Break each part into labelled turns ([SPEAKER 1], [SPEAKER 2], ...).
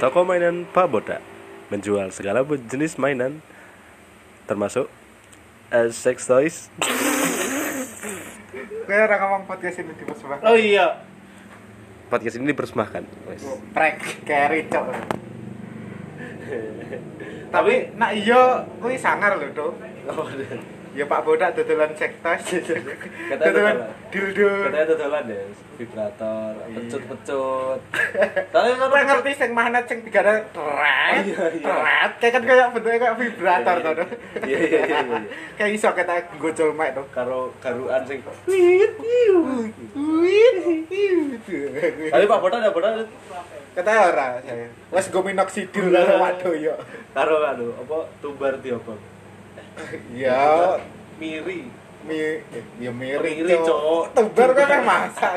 [SPEAKER 1] Toko mainan Paboda menjual segala jenis mainan termasuk eh, sex toys.
[SPEAKER 2] Kayak orang ngomong podcast ini di sebelah.
[SPEAKER 3] Oh iya.
[SPEAKER 1] Podcast ini dipersembahkan. Wes.
[SPEAKER 2] Prank kayak Rico.
[SPEAKER 3] Tapi
[SPEAKER 2] Tapi nak iya kuwi sangar lho, Dok. Ya Pak Bodak dodolan sektas. dodolan
[SPEAKER 3] dodolan.
[SPEAKER 2] dildo.
[SPEAKER 3] katanya dodolan ya, vibrator, pecut-pecut. Tapi menurut
[SPEAKER 2] Ora ngerti sing magnet sing digana teret.
[SPEAKER 3] Oh, Iya, iya.
[SPEAKER 2] Teret kayak kan kayak bentuknya kayak vibrator to. Dok.
[SPEAKER 3] Iya iya iya. iya.
[SPEAKER 2] Kayak iso kita gocol mic to.
[SPEAKER 3] Karo garuan sing. Tapi
[SPEAKER 2] Tapi
[SPEAKER 3] Pak Bodan ya Bodan
[SPEAKER 2] kata ora saya. Wes gominoksidil karo waduh yo.
[SPEAKER 3] karo anu apa tumbar diobong.
[SPEAKER 2] Ya
[SPEAKER 3] Miri.
[SPEAKER 2] mi eh, ya mirip
[SPEAKER 3] Mirip, Cok.
[SPEAKER 2] cok tebar kan yang masak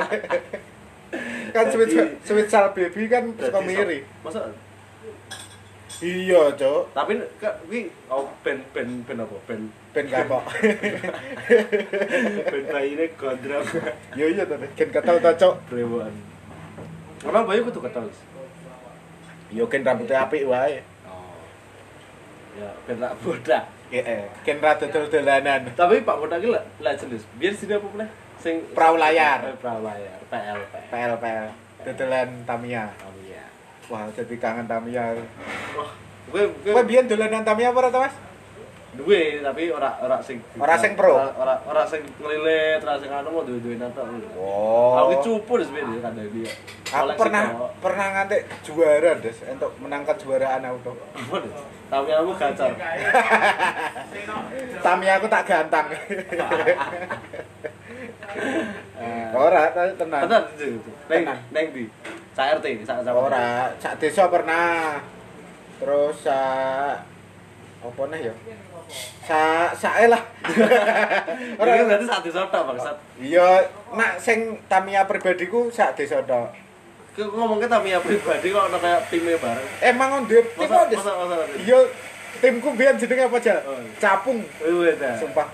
[SPEAKER 2] kan
[SPEAKER 3] Jadi-
[SPEAKER 2] sweet sweet sal baby kan suka
[SPEAKER 3] Dadi
[SPEAKER 2] mirip
[SPEAKER 3] so- Masa
[SPEAKER 2] iya cok
[SPEAKER 3] tapi ke- kuwi oh, ben ben ben apa ben
[SPEAKER 2] ben kapok
[SPEAKER 3] ben bayine gondrong
[SPEAKER 2] yo iya tadi gen ketel to cok
[SPEAKER 3] brewokan. Emang bayi kudu ketol.
[SPEAKER 2] yo gen rambutnya apik wae
[SPEAKER 3] Oh. Ya ben tak bodak.
[SPEAKER 2] Heeh, gen ra dodol dolanan
[SPEAKER 3] Tapi Pak Bodak iki lek lek jenis. Biar sini apa meneh? Sing
[SPEAKER 2] Perahu layar.
[SPEAKER 3] Eh, Perahu layar, PL PL.
[SPEAKER 2] pel pel dodolan Tamiya
[SPEAKER 3] Oh iya.
[SPEAKER 2] wah jadi kangen Tamiya
[SPEAKER 3] Wah, gue
[SPEAKER 2] kowe
[SPEAKER 3] gue
[SPEAKER 2] biyen dolanan Tamiya apa ora to Mas
[SPEAKER 3] duwe tapi ora ora sing
[SPEAKER 2] Ora sing pro?
[SPEAKER 3] Ora ora, ora sing ngelilit, ora sing anu mau duwe-duwe nata. Aku ki
[SPEAKER 2] oh
[SPEAKER 3] cupu sebenarnya kadang dia.
[SPEAKER 2] aku
[SPEAKER 3] Koleksi
[SPEAKER 2] pernah
[SPEAKER 3] kok.
[SPEAKER 2] pernah ngantek juara des untuk menangkan juaraan auto
[SPEAKER 3] Cupu, Des. Tapi aku gacor.
[SPEAKER 2] Tamiya aku tak gantang
[SPEAKER 3] Eh,
[SPEAKER 2] ora tapi tenang
[SPEAKER 3] Tenan gitu. Neng
[SPEAKER 2] Ah. Tenan.
[SPEAKER 3] neng di. Sak RT, sak sak.
[SPEAKER 2] ora sak desa pernah terus sak apa neh ya sak sae lah
[SPEAKER 3] Ora
[SPEAKER 2] ora
[SPEAKER 3] Iya, berarti sak desa tok bangsat.
[SPEAKER 2] iya nak sing tamia pribadiku sak desa tok
[SPEAKER 3] Ku ngomong ke Tamiya pribadi kok ono kayak timnya bareng.
[SPEAKER 2] emang duwe tim
[SPEAKER 3] Masa
[SPEAKER 2] Des?
[SPEAKER 3] masa masa.
[SPEAKER 2] iya timku biyen jenenge apa aja
[SPEAKER 3] Oh.
[SPEAKER 2] capung
[SPEAKER 3] Wih, dah.
[SPEAKER 2] sumpah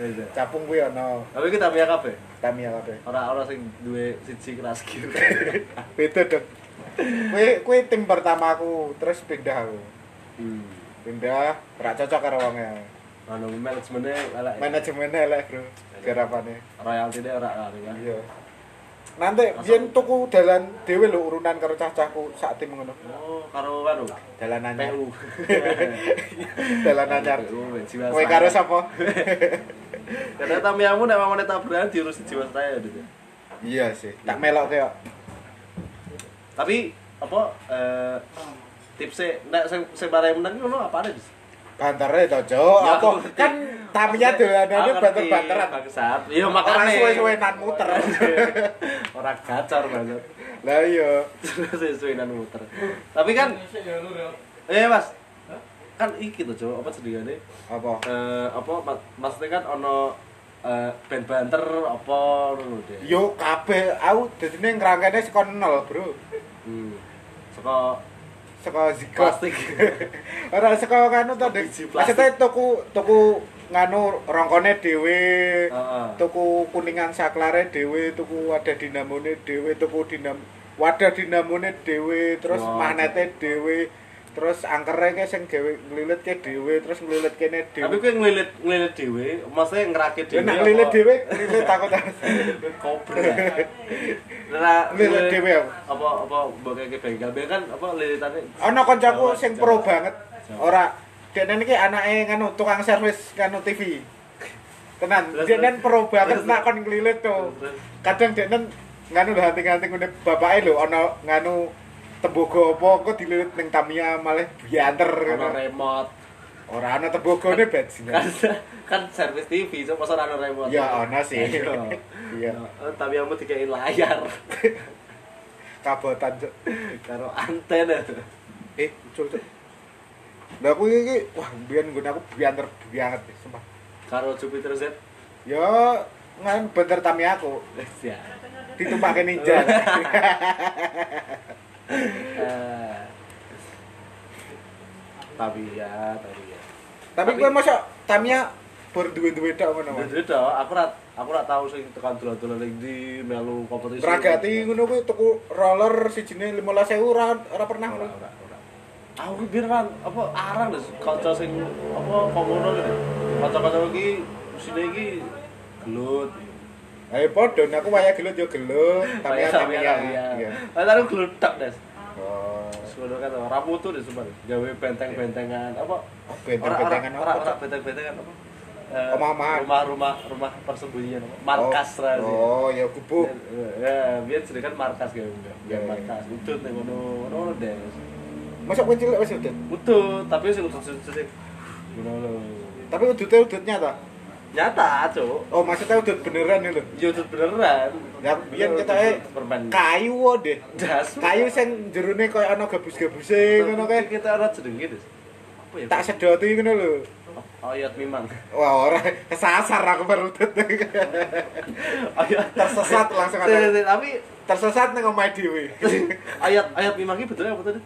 [SPEAKER 3] Wih, dah.
[SPEAKER 2] capung kuwi ono
[SPEAKER 3] Iya, Tapi kita Tamiya kabeh.
[SPEAKER 2] tamia kabeh
[SPEAKER 3] Ora ora sing duwe siji keras kir.
[SPEAKER 2] beda dong kuwi kuwi tim pertamaku terus pindah aku
[SPEAKER 3] Hmm.
[SPEAKER 2] pindah ora cocok karo wong e
[SPEAKER 3] Ono manajemennya elek.
[SPEAKER 2] manajemennya elek bro garapane
[SPEAKER 3] royalti dia ora kali kan.
[SPEAKER 2] Iya. Nanti biyen tuku dalan dhewe lho urunan karo cah-cahku sak tim ngono.
[SPEAKER 3] Oh, karo Iya. karo
[SPEAKER 2] Dalan anyar.
[SPEAKER 3] PU.
[SPEAKER 2] Dalan anyar.
[SPEAKER 3] Jiwa
[SPEAKER 2] Kowe karo sapa?
[SPEAKER 3] Karena tamiamu nek mamane tabrakan diurusi jiwa saya gitu.
[SPEAKER 2] Iya sih. Tak melok kaya.
[SPEAKER 3] Tapi apa eh tipsnya nek sing sing bareng menang ngono apane bis?
[SPEAKER 2] Bantere to, Cok.
[SPEAKER 3] Ya,
[SPEAKER 2] Apa
[SPEAKER 3] aku ngerti.
[SPEAKER 2] kan tamnya dolanane
[SPEAKER 3] Aku Ah, ngerti,
[SPEAKER 2] banter-banteran.
[SPEAKER 3] Bangsat. Iya
[SPEAKER 2] Orang
[SPEAKER 3] makane.
[SPEAKER 2] suwe-suwenan muter.
[SPEAKER 3] Ora gacor banget.
[SPEAKER 2] Lah iya.
[SPEAKER 3] Suwe-suwenan muter. Tapi kan eh Mas kan iki tuh coba apa sediane
[SPEAKER 2] Apa?
[SPEAKER 3] eh apa mak- maksudnya kan ono eh band banter apa ngono deh.
[SPEAKER 2] Yo kabeh aku dadine ngrangkene saka nol, Bro.
[SPEAKER 3] Hmm. Saka
[SPEAKER 2] Saka zikos.
[SPEAKER 3] plastik.
[SPEAKER 2] Ora saka kanu to, Dik.
[SPEAKER 3] Biji plastik.
[SPEAKER 2] Maksudnya tuku tuku nganu rongkone dhewe.
[SPEAKER 3] Heeh.
[SPEAKER 2] tuku kuningan saklare dhewe, tuku wadah dinamone dhewe, tuku dinam wadah dinamone dhewe, terus
[SPEAKER 3] Wah.
[SPEAKER 2] magnete dhewe, terus angkere ke sing dhewe nglilit ke dhewe, terus nglilit kene
[SPEAKER 3] Tapi
[SPEAKER 2] dhewe.
[SPEAKER 3] kowe ngelilit ngelilit dhewe, maksudnya ngerakit
[SPEAKER 2] Ya
[SPEAKER 3] dhewe.
[SPEAKER 2] nek
[SPEAKER 3] apa-
[SPEAKER 2] nglilit dhewe, nglilit aku tak.
[SPEAKER 3] kobra. Nah,
[SPEAKER 2] Nglilit dhewe aku.
[SPEAKER 3] apa apa mbok kayak bengkel. Bengkel kan apa lilitane
[SPEAKER 2] Ana kancaku
[SPEAKER 3] Jawa-
[SPEAKER 2] sing
[SPEAKER 3] Jawa.
[SPEAKER 2] pro banget.
[SPEAKER 3] Jawa.
[SPEAKER 2] Ora dene iki anake nganu tukang servis nganu TV. Tenan,
[SPEAKER 3] Terus,
[SPEAKER 2] dene
[SPEAKER 3] terus.
[SPEAKER 2] pro banget
[SPEAKER 3] Terus,
[SPEAKER 2] nak kon nglilit to.
[SPEAKER 3] Terus,
[SPEAKER 2] kadang dek nen nganu lho hati-hati ngene bapake lho ana nganu tembogo apa kok dililit ning Tamiya malah bianter
[SPEAKER 3] Ono
[SPEAKER 2] ngono.
[SPEAKER 3] remote.
[SPEAKER 2] Ora ana tembogone bensin.
[SPEAKER 3] Kan kan servis TV, so masa ono remote.
[SPEAKER 2] Ya ana sih.
[SPEAKER 3] Iya.
[SPEAKER 2] Iya,
[SPEAKER 3] Nah, Tapi kamu dikei layar
[SPEAKER 2] kabotan cuk.
[SPEAKER 3] karo antena.
[SPEAKER 2] Eh, cuk cuk. Lah aku iki wah biyen nggon aku bianter banget sumpah.
[SPEAKER 3] Karo Jupiter Z.
[SPEAKER 2] Ya ngan bener Tamiya aku
[SPEAKER 3] Ya.
[SPEAKER 2] ditumpake ninja.
[SPEAKER 3] Eh. Tapi ya, tapi ya.
[SPEAKER 2] Tapi
[SPEAKER 3] Tapi-
[SPEAKER 2] kowe mosok Tamiya bor duwe-duwe tok ngono Mas.
[SPEAKER 3] Jadi dah, aku rat, aku rat tahu sing tekan dolan-dolan yang di melu kompetisi.
[SPEAKER 2] Ragati ngono kuwi tuku roller sijine 15.000 ora ora pernah
[SPEAKER 3] Ora,
[SPEAKER 2] ngono.
[SPEAKER 3] ora, ora. Aku ki biyen kan apa arang lho kanca sing apa komono lho. Kanca-kanca iki sine iki gelut.
[SPEAKER 2] Eh padha nek aku waya gelut yo gelut, Tamiya Tamiya. Iya.
[SPEAKER 3] Lah taruh gelut tak, kan Des.
[SPEAKER 2] Oh,
[SPEAKER 3] Semono kan ora mutu deh sumpah. Gawe benteng-bentengan apa
[SPEAKER 2] benteng-bentengan
[SPEAKER 3] ora
[SPEAKER 2] apa?
[SPEAKER 3] ora benteng-bentengan apa? Eh,
[SPEAKER 2] Omah-omahan.
[SPEAKER 3] Rumah-rumah rumah persembunyian apa? Markas
[SPEAKER 2] Oh,
[SPEAKER 3] lah sih.
[SPEAKER 2] Oh, ya gubuk.
[SPEAKER 3] Ya, biar sering kan markas kayak enggak. Ya
[SPEAKER 2] Ya, ya.
[SPEAKER 3] markas. Utut nih ngono ngono deh.
[SPEAKER 2] Masuk kuwi cilik wis udut.
[SPEAKER 3] Utut, tapi sing utut utut sing ngono lho.
[SPEAKER 2] Tapi udutnya udut nyata.
[SPEAKER 3] Nyata, Cuk.
[SPEAKER 2] Oh, maksudnya udut beneran itu.
[SPEAKER 3] Ya utut beneran.
[SPEAKER 2] Ya biyen ketoke
[SPEAKER 3] permen.
[SPEAKER 2] kayu wae, deh.
[SPEAKER 3] Das.
[SPEAKER 2] Kayu sing jerone koyo ana gabus-gabuse ngono kae.
[SPEAKER 3] kita ora jenenge Des. Apa ya?
[SPEAKER 2] Tak sedoti ngono lho.
[SPEAKER 3] Ayat mimang.
[SPEAKER 2] Wah, ora kesasar aku perutut.
[SPEAKER 3] Ayat
[SPEAKER 2] Tersesat langsung ada.
[SPEAKER 3] Sini, sini, Tapi
[SPEAKER 2] Tersesat nang omahe dhewe.
[SPEAKER 3] ayat ayat mimang ini betulnya apa tadi?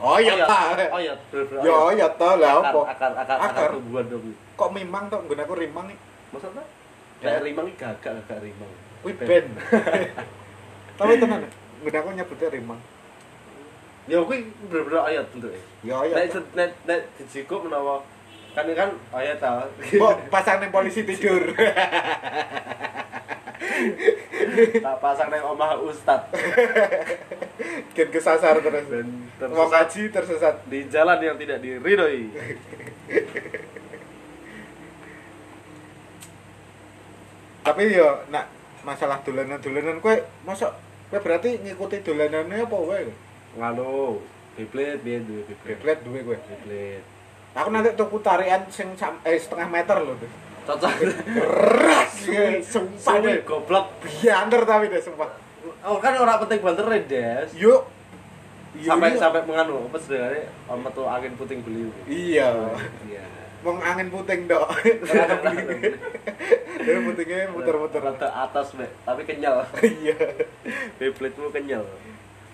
[SPEAKER 2] Oh iya ta.
[SPEAKER 3] Ayat. bener-bener
[SPEAKER 2] Yo ya
[SPEAKER 3] ayat.
[SPEAKER 2] ta lah
[SPEAKER 3] Akar,
[SPEAKER 2] opo.
[SPEAKER 3] akar, akar, akar
[SPEAKER 2] Akar.
[SPEAKER 3] tumbuhan dong.
[SPEAKER 2] Kok mimang to nggon aku rimang.
[SPEAKER 3] Maksudnya?
[SPEAKER 2] Ya.
[SPEAKER 3] Kayak rimang ini gagak, gagak rimang.
[SPEAKER 2] Kuwi ben. Tapi tenan. Nggon aku nyebutnya rimang.
[SPEAKER 3] Ya kuwi bener-bener ayat bentuke.
[SPEAKER 2] Yo ya.
[SPEAKER 3] Nek nek nek dijikuk menawa kan kan ayat ta.
[SPEAKER 2] Mbok pasang nang polisi tidur.
[SPEAKER 3] Tak pasang nang omah ustad.
[SPEAKER 2] Dan kesasar terus.
[SPEAKER 3] Ben
[SPEAKER 2] Wong
[SPEAKER 3] tersesat
[SPEAKER 2] ngaji tersesat.
[SPEAKER 3] di jalan yang tidak diridhoi.
[SPEAKER 2] Tapi yo nak masalah dolanan-dolanan kowe mosok kowe berarti ngikuti dolanannya apa wae lho?
[SPEAKER 3] Ngalo, biblet biyen duwe biblet.
[SPEAKER 2] Beblet duwe kowe.
[SPEAKER 3] Biblet.
[SPEAKER 2] Aku nanti tuku tarian sing sam- eh, setengah meter lho. tuh.
[SPEAKER 3] Cocok.
[SPEAKER 2] Keras
[SPEAKER 3] Suwi,
[SPEAKER 2] ya, sumpah
[SPEAKER 3] Suwi
[SPEAKER 2] deh.
[SPEAKER 3] goblok.
[SPEAKER 2] Biander tapi deh sumpah.
[SPEAKER 3] Oh kan ora penting banter Des.
[SPEAKER 2] Yuk. Yuk,
[SPEAKER 3] Sampai
[SPEAKER 2] yuk.
[SPEAKER 3] sampai menganu apa sebenarnya om metu angin puting beliung.
[SPEAKER 2] Iya.
[SPEAKER 3] Iya.
[SPEAKER 2] Wong angin puting dok. Rada beli. Dari putingnya muter-muter.
[SPEAKER 3] Rata atas, Mbak. tapi kenyal.
[SPEAKER 2] Iya.
[SPEAKER 3] Bibletmu kenyal.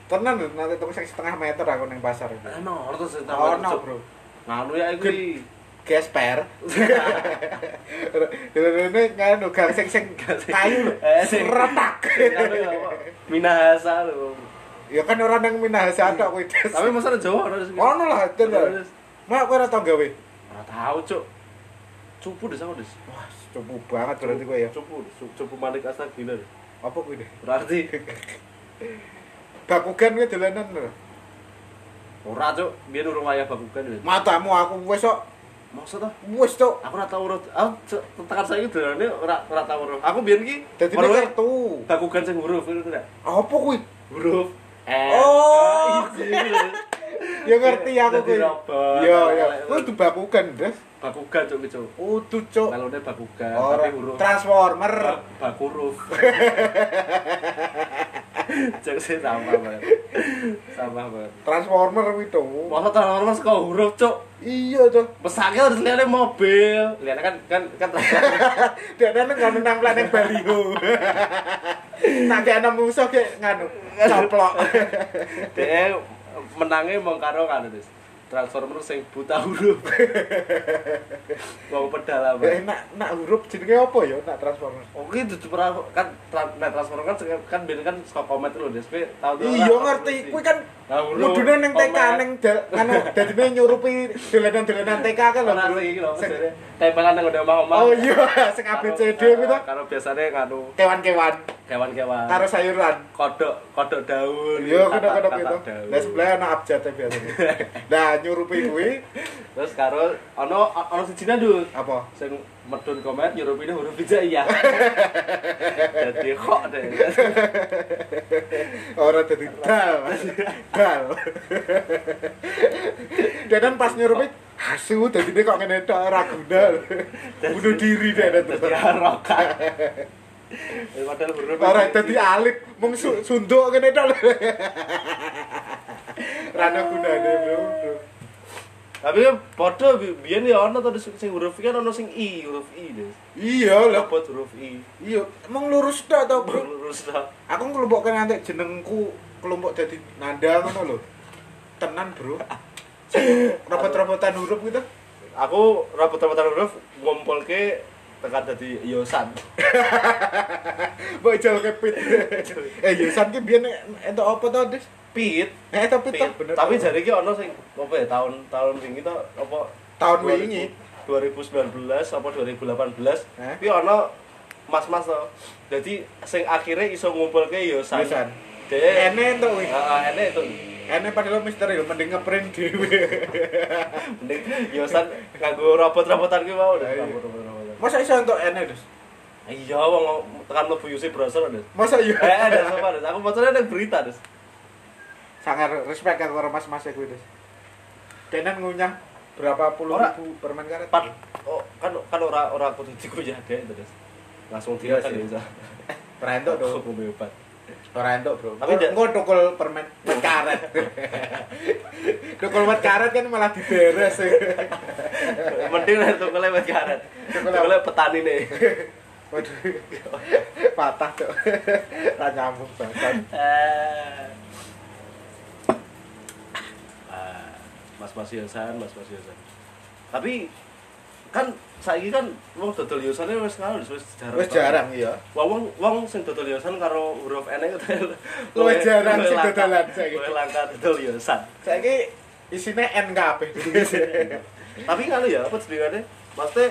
[SPEAKER 2] Tenan lho nanti tuku sing setengah meter aku nang pasar.
[SPEAKER 3] Emang orang tuh cerita
[SPEAKER 2] Oh, no, bro.
[SPEAKER 3] Nganu ya iku.
[SPEAKER 2] Ged- Gesper. Ini kan uga sing sing kayu lho.
[SPEAKER 3] Eh, sing-
[SPEAKER 2] Retak.
[SPEAKER 3] Nganu ya apa? Minahasa lho.
[SPEAKER 2] Ya kan orang nang Minahasa tok kuwi. Des.
[SPEAKER 3] Tapi masa ada Jawa harus.
[SPEAKER 2] Ono lah tenan. Mak kowe ora tau gawe.
[SPEAKER 3] Ora tahu, Cuk. Cupu deh sama deh.
[SPEAKER 2] Wah, cupu banget berarti kowe ya.
[SPEAKER 3] Cupu, Cuk. cupu Malik Astagfirullah. Des.
[SPEAKER 2] Apa kuwi deh?
[SPEAKER 3] Berarti
[SPEAKER 2] Bakugan kuwi dolanan lho.
[SPEAKER 3] ora, Cuk. Biyen urung wayah babukan. Des.
[SPEAKER 2] Matamu aku wis kok
[SPEAKER 3] Maksud ah,
[SPEAKER 2] wis cuk.
[SPEAKER 3] aku ora tau urut. Aku Cuk, tekan saiki dolane ora ora tau urut. Aku biyen ki
[SPEAKER 2] Dadi ini
[SPEAKER 3] weruhe
[SPEAKER 2] kartu.
[SPEAKER 3] bakugan sing huruf ngono ta.
[SPEAKER 2] Apa kuwi?
[SPEAKER 3] Huruf. Eh.
[SPEAKER 2] Oh.
[SPEAKER 3] Iya,
[SPEAKER 2] Ya ngerti aku kuwi.
[SPEAKER 3] Yo
[SPEAKER 2] Ya ya.
[SPEAKER 3] yo.
[SPEAKER 2] Kuwi du bakugan, Des.
[SPEAKER 3] Bakugan cuk iki, cuk.
[SPEAKER 2] Udu cuk.
[SPEAKER 3] Melone bakugan
[SPEAKER 2] Ora
[SPEAKER 3] tapi huruf
[SPEAKER 2] transformer.
[SPEAKER 3] ba- bakuruf. Cek sih sama banget. Sama banget.
[SPEAKER 2] Transformer kuwi to.
[SPEAKER 3] Masa transformer saka huruf cuk.
[SPEAKER 2] Iya to.
[SPEAKER 3] Pesake harus liane mobil. Liane kan kan kan
[SPEAKER 2] Dene ngono nempel ning baliho. Nak dia ana musuh kayak nganu coplok.
[SPEAKER 3] dhek menange mong karo kan Des. Transformer sing buta huruf. Wong pedalaman.
[SPEAKER 2] Ya enak nak huruf jenenge apa ya nak transformer?
[SPEAKER 3] Oke, itu pra, kan tra, nah, transfer kan sek- kan ben kan suka komen tuh loh, DSP tahu tuh.
[SPEAKER 2] Iya ngerti, kuwi kan
[SPEAKER 3] Nah, huruf,
[SPEAKER 2] mudune ning TK
[SPEAKER 3] komen.
[SPEAKER 2] ning dal- anu dadine nyurupi dolanan-dolanan TK kan lho.
[SPEAKER 3] Ora
[SPEAKER 2] Bro.
[SPEAKER 3] iki lho,
[SPEAKER 2] Sing-
[SPEAKER 3] maksudnya tempelan nang udah mau
[SPEAKER 2] Oh iya, sing ABCD kuwi to.
[SPEAKER 3] Karo biasane karo
[SPEAKER 2] Kewan-kewan
[SPEAKER 3] kewan-kewan.
[SPEAKER 2] karo sayuran.
[SPEAKER 3] kodok kodok daun.
[SPEAKER 2] Iya,
[SPEAKER 3] tatak-
[SPEAKER 2] kudu-kudu
[SPEAKER 3] tatak
[SPEAKER 2] gitu.
[SPEAKER 3] daun.
[SPEAKER 2] Lah sebelah ana abjate biasanya. Nah, nyurupi kuwi
[SPEAKER 3] Terus karo ono ono sijine ndut.
[SPEAKER 2] apa?
[SPEAKER 3] Sing medun komen nyurupine huruf hijaiyah. Jadi kok deh.
[SPEAKER 2] Ora dadi dal. Dal. Danan pas nyurupi asu dadine kok ngene tok ora guna. Bunuh diri danan
[SPEAKER 3] Jadi
[SPEAKER 2] terus.
[SPEAKER 3] harokat. Eh, Padahal huruf
[SPEAKER 2] Ora
[SPEAKER 3] ini-
[SPEAKER 2] dadi alit mung su- sunduk ngene tok. Rada gunane bro.
[SPEAKER 3] Tapi kan padha bi- biyen ya ana to sing huruf I kan ana sing I, huruf I Des.
[SPEAKER 2] Iya lho.
[SPEAKER 3] Lebot huruf I.
[SPEAKER 2] Iya, mung lurus tok to, Bro.
[SPEAKER 3] Lurus lah.
[SPEAKER 2] Aku ngelompokkan nanti jenengku kelompok jadi nanda ngono lho. Tenan, Bro. Robot-robotan huruf gitu.
[SPEAKER 3] aku rapat-rapatan huruf ngumpul ke tekan tadi yosan
[SPEAKER 2] Mbok ijol ke pit. Eh yo san ki biyen entuk apa to, Dis?
[SPEAKER 3] pit
[SPEAKER 2] Eh tapi
[SPEAKER 3] pit
[SPEAKER 2] to bener.
[SPEAKER 3] tapi jadi ki ono sing apa ya tahun tahun wingi to apa
[SPEAKER 2] Tahun
[SPEAKER 3] 2000
[SPEAKER 2] wingi?
[SPEAKER 3] 2019 apa 2018
[SPEAKER 2] Heh.
[SPEAKER 3] tapi ono mas-mas to jadi sing akhirnya iso ngumpul ke yosan
[SPEAKER 2] Yosan. Eh.
[SPEAKER 3] Dek,
[SPEAKER 2] ene entuk wih.
[SPEAKER 3] Ah, ah, enek itu
[SPEAKER 2] Ene padahal mister yo mending ngeprint dhewe.
[SPEAKER 3] mending yosan nganggo robot-robotan ki mau
[SPEAKER 2] Lah, iya.
[SPEAKER 3] robot-robotan.
[SPEAKER 2] Masa iso entuk ene, Dis?
[SPEAKER 3] Iya wong tekan mlebu UC browser Des.
[SPEAKER 2] Masa yo.
[SPEAKER 3] Eh, ada apa Des? Aku motornya ada berita Des.
[SPEAKER 2] Sangat respect aku karo mas-mas e kuwi, Dis. Denan ngunyah berapa puluh
[SPEAKER 3] Ora.
[SPEAKER 2] ribu permen karet?
[SPEAKER 3] Pat oh, kan kan ora ora aku tadi ku ya dek itu, Des. Langsung dia
[SPEAKER 2] Iya
[SPEAKER 3] kan
[SPEAKER 2] sih.
[SPEAKER 3] bisa.
[SPEAKER 2] Ora entuk
[SPEAKER 3] Aku
[SPEAKER 2] dong.
[SPEAKER 3] ngombe obat.
[SPEAKER 2] Ora entuk, Bro.
[SPEAKER 3] Tapi
[SPEAKER 2] Tapi
[SPEAKER 3] ndak-
[SPEAKER 2] engko tukul permen wet karet. tukul wet karet kan malah diberes.
[SPEAKER 3] Mending lah tuh kelewat karet.
[SPEAKER 2] Tuku lewat.
[SPEAKER 3] Kelewat petani nih.
[SPEAKER 2] Waduh. Patah tuh. Ra nyambung banget.
[SPEAKER 3] Eh. Ah, Mas Mas Yosan, Mas Mas Yosan. Tapi kan saiki kan wong dodol e yosane wis ngono wis jarang.
[SPEAKER 2] Wis jarang iya.
[SPEAKER 3] Wong wong sing dodol yosan karo huruf N e itu
[SPEAKER 2] Luwih jarang sing dodolan saiki.
[SPEAKER 3] saiki. Luwih langka dodol yosan.
[SPEAKER 2] Saiki isine N kabeh.
[SPEAKER 3] Tapi kalau ya apa jenengane? Maksudnya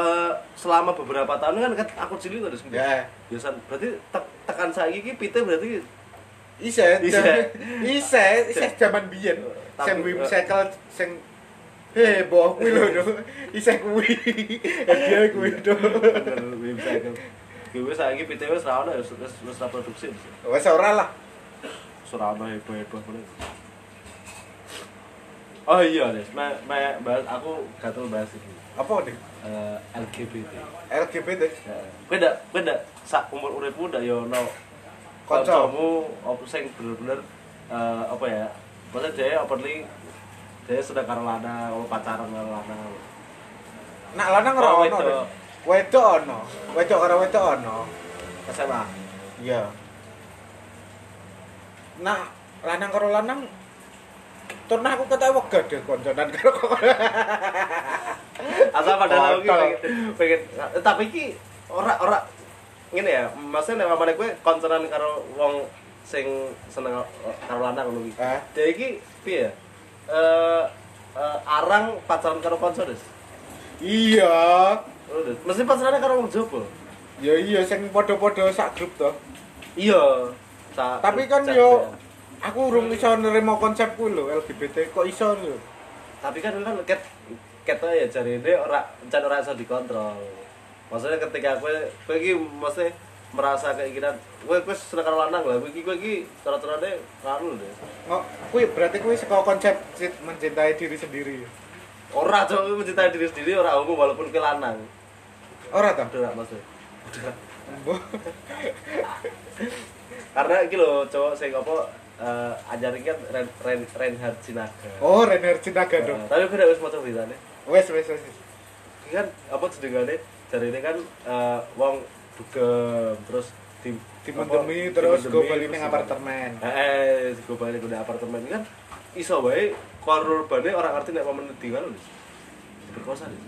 [SPEAKER 3] eh, selama beberapa tahun kan kan aku cilik terus
[SPEAKER 2] Ya.
[SPEAKER 3] yosan. Berarti tek- tekan saiki iki pite berarti
[SPEAKER 2] Ise,
[SPEAKER 3] Ise.
[SPEAKER 2] ise, ise jaman biyen.
[SPEAKER 3] Tapi-
[SPEAKER 2] Sen wim sekel sing Eh, boh kuwi lho. Duh. Ise kuwi. Eh, Dia kuwi to.
[SPEAKER 3] bener cycle. Gue saiki pite wis ra ono ya, wis wis wis ra produksi.
[SPEAKER 2] Wes ora lah.
[SPEAKER 3] Wis ra ono heboh-heboh meneh. Oh iya, Des. Me, me, bahas, aku gatel bahas ini.
[SPEAKER 2] Apa nih?
[SPEAKER 3] Eh, LGBT.
[SPEAKER 2] LGBT.
[SPEAKER 3] Kowe ndak kowe ndak sak umur uripmu ndak ya ono
[SPEAKER 2] Kanca.
[SPEAKER 3] kancamu apa sing bener-bener eh, apa ya? Maksudnya dia openly dia sedang karo lanang, apa pacaran karo lanang.
[SPEAKER 2] Nak lanang ora ono.
[SPEAKER 3] Oh, wedok.
[SPEAKER 2] Des. Wedok ono. Wedok karo wedok ono.
[SPEAKER 3] SMA.
[SPEAKER 2] Iya. Nah, lanang karo lanang turun aku kata wega deh konconan karo konconan.
[SPEAKER 3] Asal padahal aku
[SPEAKER 2] Kontol.
[SPEAKER 3] pengen, pengen eh, tapi ki ora ora ngene ya. Maksudnya nek mamane kowe konconan karo wong sing seneng eh, karo lanang ngono ki.
[SPEAKER 2] Eh?
[SPEAKER 3] Dia iki piye? ya? Eh eh, arang pacaran karo kanca, Des.
[SPEAKER 2] Iya.
[SPEAKER 3] Ngono, Des. Mesti pacarannya karo wong Jawa.
[SPEAKER 2] Ya iya sing padha-padha sak grup to.
[SPEAKER 3] Iya. Sa-
[SPEAKER 2] Tapi kan
[SPEAKER 3] sa-
[SPEAKER 2] yo aku urung iso nerima konsep kuwi lho LGBT kok iso lho.
[SPEAKER 3] Tapi kan kan ket kata ya cari ini ora jan ora iso dikontrol. Maksudnya ketika aku kowe iki mesti merasa keinginan kowe kowe seneng karo lanang lah, kowe iki kowe iki cara-carane karo lho.
[SPEAKER 2] Ngok kuwi berarti kuwi saka konsep cit- mencintai diri sendiri.
[SPEAKER 3] Ora cok kowe mencintai diri sendiri ora umum walaupun kowe lanang.
[SPEAKER 2] Ora ta?
[SPEAKER 3] Udah maksudnya. Karena iki lho cowok sing apa eh ajarin kan Ren, Ren, Reinhard Sinaga.
[SPEAKER 2] Oh, Renner Cinaga
[SPEAKER 3] Eh,
[SPEAKER 2] dong.
[SPEAKER 3] tapi gue udah wis maca beritane.
[SPEAKER 2] Wes wes wes.
[SPEAKER 3] Ini kan apa sedengane jarine kan eh, wong dugem terus di
[SPEAKER 2] Dimendemi
[SPEAKER 3] apa,
[SPEAKER 2] terus
[SPEAKER 3] dimendemi,
[SPEAKER 2] go bali ning
[SPEAKER 3] terus-
[SPEAKER 2] apartemen.
[SPEAKER 3] Eh, gue balik ke apartemen kan iso wae korbane orang ngerti nek momen tinggal lho. Diperkosa lho.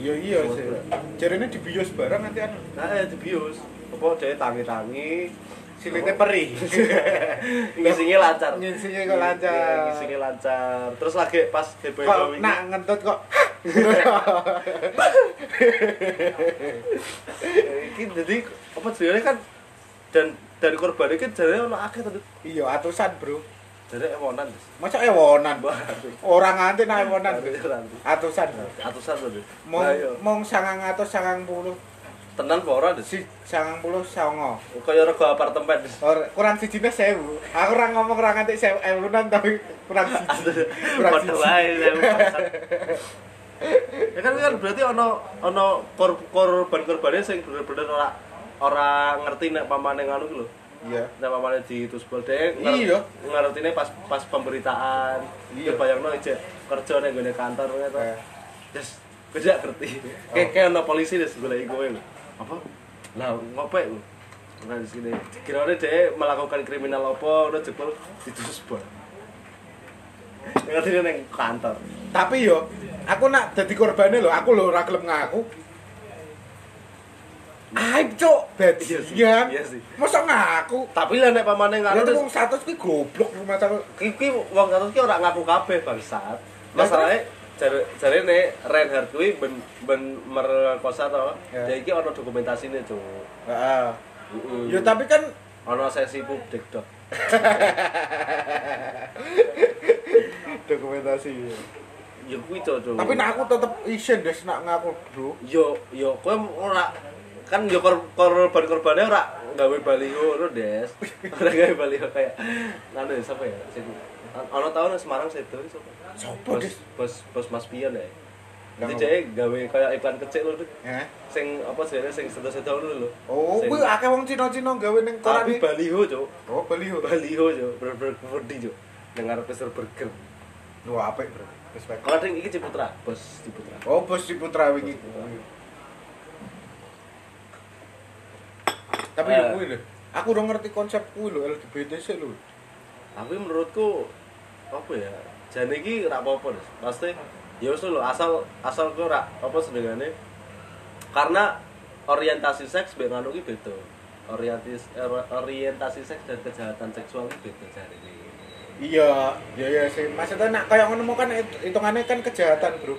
[SPEAKER 2] Iya iya sih. Jarine dibius barang nanti anu.
[SPEAKER 3] Nah, eh dibius. Apa dhewe tangi-tangi
[SPEAKER 2] Silite perih.
[SPEAKER 3] ngisinya lancar.
[SPEAKER 2] Ngisinya kok lancar.
[SPEAKER 3] Iya, Ngisinya lancar. Terus lagi pas heboh
[SPEAKER 2] kok nak ngentut kok
[SPEAKER 3] iki jadi apa jenenge kan dan dari korban iki jarine ono akeh tadi.
[SPEAKER 2] iya atusan bro
[SPEAKER 3] Jadi emonan. Des.
[SPEAKER 2] masa ewonan
[SPEAKER 3] Wah,
[SPEAKER 2] orang nganti nak ewonan bro.
[SPEAKER 3] Atusan.
[SPEAKER 2] atusan bro
[SPEAKER 3] Atusan lho.
[SPEAKER 2] mong
[SPEAKER 3] Nah, iya.
[SPEAKER 2] mong sangang atus sangang puluh
[SPEAKER 3] tenan apa ora, Des?
[SPEAKER 2] si sangang puluh songo
[SPEAKER 3] Kaya rego apartemen. Des.
[SPEAKER 2] Or, kurang sijine sewu aku orang ngomong orang nganti sewu ewunan tapi kurang siji kurang
[SPEAKER 3] Padha
[SPEAKER 2] siji
[SPEAKER 3] wae. Des. Ya kan kan berarti ono ono kor korban-korbane sing bener-bener ora ora ngerti nek pamane ngono ki lho.
[SPEAKER 2] iya
[SPEAKER 3] Nek pamane ditusbol dhek
[SPEAKER 2] Iya.
[SPEAKER 3] ngertine pas pas pemberitaan.
[SPEAKER 2] Iya.
[SPEAKER 3] Iya bayangno ijek kerja ning gone kantor ngono.
[SPEAKER 2] Eh,
[SPEAKER 3] Yes, gue gak ngerti. Kayak kayak ono polisi deh sebelah gue lho. Apa? Lah ngopek lho. Nah di sini kira dia melakukan kriminal apa udah jebol itu sebuah. Ngerti dia neng kantor.
[SPEAKER 2] tapi yo aku nak jadi korbannya lho, aku lho ora gelem ngaku. Aib cok,
[SPEAKER 3] Iya sih,
[SPEAKER 2] bajingan.
[SPEAKER 3] iya sih.
[SPEAKER 2] Mosok ngaku.
[SPEAKER 3] Tapi lah nek pamane
[SPEAKER 2] Lah
[SPEAKER 3] ngaku
[SPEAKER 2] itu
[SPEAKER 3] terus
[SPEAKER 2] wong 100 kuwi goblok rumah tangga.
[SPEAKER 3] iki wong ngatus ki ora ngaku kabeh bangsat. Masalahe jare jare nek Reinhard kuwi ben ben merkosa to.
[SPEAKER 2] Ya.
[SPEAKER 3] Ya iki ana dokumentasine, Cuk.
[SPEAKER 2] Heeh.
[SPEAKER 3] Heeh.
[SPEAKER 2] Ya tapi kan
[SPEAKER 3] ana sesi publik dok.
[SPEAKER 2] dokumentasi.
[SPEAKER 3] Ya kuwi Cuk, Cuk.
[SPEAKER 2] Tapi nak aku tetep isin des nak ngaku, Bro.
[SPEAKER 3] yo yo kowe ora kan yo kor korban korbannya ora gawe baliho lo des ora gawe baliho kayak anu ya, siapa ya sing ono tau nang Semarang sedo siapa
[SPEAKER 2] Sopo
[SPEAKER 3] bos
[SPEAKER 2] des?
[SPEAKER 3] bos bos Mas eh? Pian ya
[SPEAKER 2] Nang
[SPEAKER 3] nanti dia gawe kayak iklan kecil lo
[SPEAKER 2] Heh.
[SPEAKER 3] sing apa sih sing sedo sedo lo lo
[SPEAKER 2] Eh? Oh,
[SPEAKER 3] Sing-
[SPEAKER 2] kuwi akeh wong Cina-Cina gawe ning koran
[SPEAKER 3] tapi
[SPEAKER 2] iki.
[SPEAKER 3] baliho cok
[SPEAKER 2] Oh, beli yo.
[SPEAKER 3] baliho cok berber kudi cok dengar peser burger
[SPEAKER 2] Wah, apik, Bro. Respect.
[SPEAKER 3] kalau ada yang iki Ciputra bos Ciputra
[SPEAKER 2] Oh, bos di Putra wingi. Tapi
[SPEAKER 3] Eh.
[SPEAKER 2] yo kuwi lho. Aku udah ngerti konsep kuwi lho LGBT sih lho.
[SPEAKER 3] tapi menurutku apa ya jane iki ra apa-apa Des. pasti ya wis lho asal asal ku ra apa sedengane karena orientasi seks mbek anu iki beda orientasi er- orientasi seks dan kejahatan seksual iki beda jane iki
[SPEAKER 2] Iya, iya iya sih. Maksudnya nak kayak ngono mau kan hit- hitungannya kan kejahatan, Bro.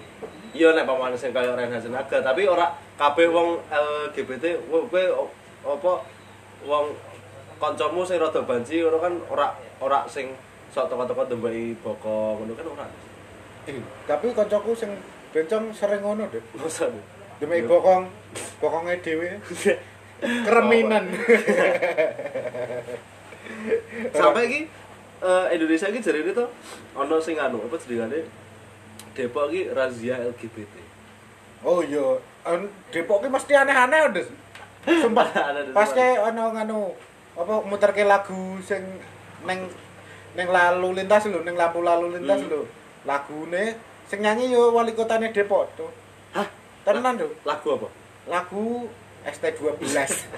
[SPEAKER 3] iya nek pamane sing kaya Reinhard Sinaga tapi ora kabeh wong eh, LGBT wo- kowe o- apa wong kancamu sing rada banci ngono kan ora ora sing sok toko-toko dembeki boko ngono kan ora
[SPEAKER 2] Eh, tapi kancaku sing bencong sering ngono, Dek.
[SPEAKER 3] Masa Bu?
[SPEAKER 2] Demi
[SPEAKER 3] Iya.
[SPEAKER 2] bokong, bokongnya dhewe. Kereminan.
[SPEAKER 3] Oh, sampai iki eh, Indonesia iki jarene to ana sing anu apa jenengane Depok iki razia LGBT.
[SPEAKER 2] Oh iya, An- Depok ki mesti aneh-aneh, Des. Sumpah.
[SPEAKER 3] Ada di
[SPEAKER 2] Pas
[SPEAKER 3] depan.
[SPEAKER 2] kayak ono nganu apa muter ke lagu sing neng neng lalu lintas lho, neng lampu lalu lintas
[SPEAKER 3] Hmm.
[SPEAKER 2] lho. Lagune sing nyanyi yo wali kotane Depok tuh.
[SPEAKER 3] Hah?
[SPEAKER 2] Tenan lho,
[SPEAKER 3] lagu apa?
[SPEAKER 2] lagu ST12.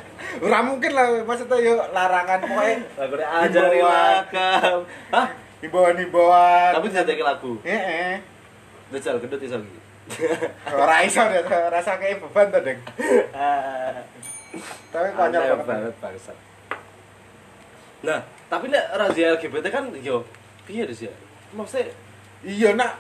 [SPEAKER 2] Ora mungkin lah maksudnya yo larangan pokoke
[SPEAKER 3] Lagu nek ajari wakam. Hah?
[SPEAKER 2] himbauan-himbauan.
[SPEAKER 3] Tapi dijajaki lagu.
[SPEAKER 2] Heeh.
[SPEAKER 3] Dejal gendut iso iki.
[SPEAKER 2] Ora iso Des. rasake beban to, Dek. Tapi konyol
[SPEAKER 3] Ah. Aneh
[SPEAKER 2] banget.
[SPEAKER 3] banget bangsat. Nah, tapi nek razia LGBT kan yo piye Des ya? Maksudnya
[SPEAKER 2] Iya nak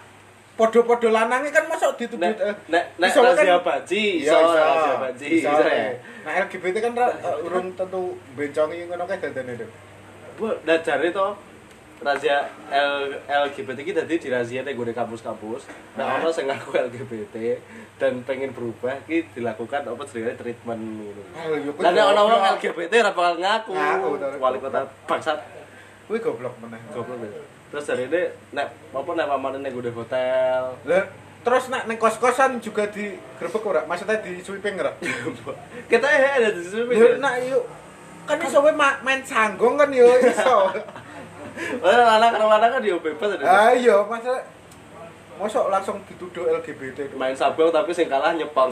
[SPEAKER 2] podo-podo lanange kan masuk dituduh
[SPEAKER 3] nek
[SPEAKER 2] eh,
[SPEAKER 3] nek nek
[SPEAKER 2] misalnya kan-
[SPEAKER 3] razia banci,
[SPEAKER 2] Iya,
[SPEAKER 3] iso
[SPEAKER 2] iso.
[SPEAKER 3] razia banci,
[SPEAKER 2] Iso,
[SPEAKER 3] iso
[SPEAKER 2] Rek.
[SPEAKER 3] ya.
[SPEAKER 2] Nah, LGBT kan ra- eh, urung tentu bencongi ngono kae dadane lho.
[SPEAKER 3] Bu, nah jare to razia L LGBT iki dadi dirazia ning gone kampus-kampus.
[SPEAKER 2] Hah?
[SPEAKER 3] Nah, ono sing ngaku LGBT dan pengen berubah iki dilakukan apa jenenge treatment ngono.
[SPEAKER 2] Ah, iya, kuwi
[SPEAKER 3] Lah nek ono wong
[SPEAKER 2] goblok.
[SPEAKER 3] LGBT ora bakal ngaku.
[SPEAKER 2] Ngaku, to.
[SPEAKER 3] Wali kota bangsat
[SPEAKER 2] Kuwi goblok meneh.
[SPEAKER 3] goblok. ya. Terus jare ini nek apa nek pamane ning gone hotel.
[SPEAKER 2] Lah, terus nak ning kos-kosan juga digerebek ora? Maksudnya di sweeping ora?
[SPEAKER 3] Kita eh ada di sini.
[SPEAKER 2] Lho, nak yuk kan iso wae ma- main sanggong kan yo iso.
[SPEAKER 3] Ora lanang-lanang kan yo bebas ada.
[SPEAKER 2] Ah iya, maksudnya mosok langsung dituduh LGBT tuh.
[SPEAKER 3] main sabong tapi sing kalah nyepang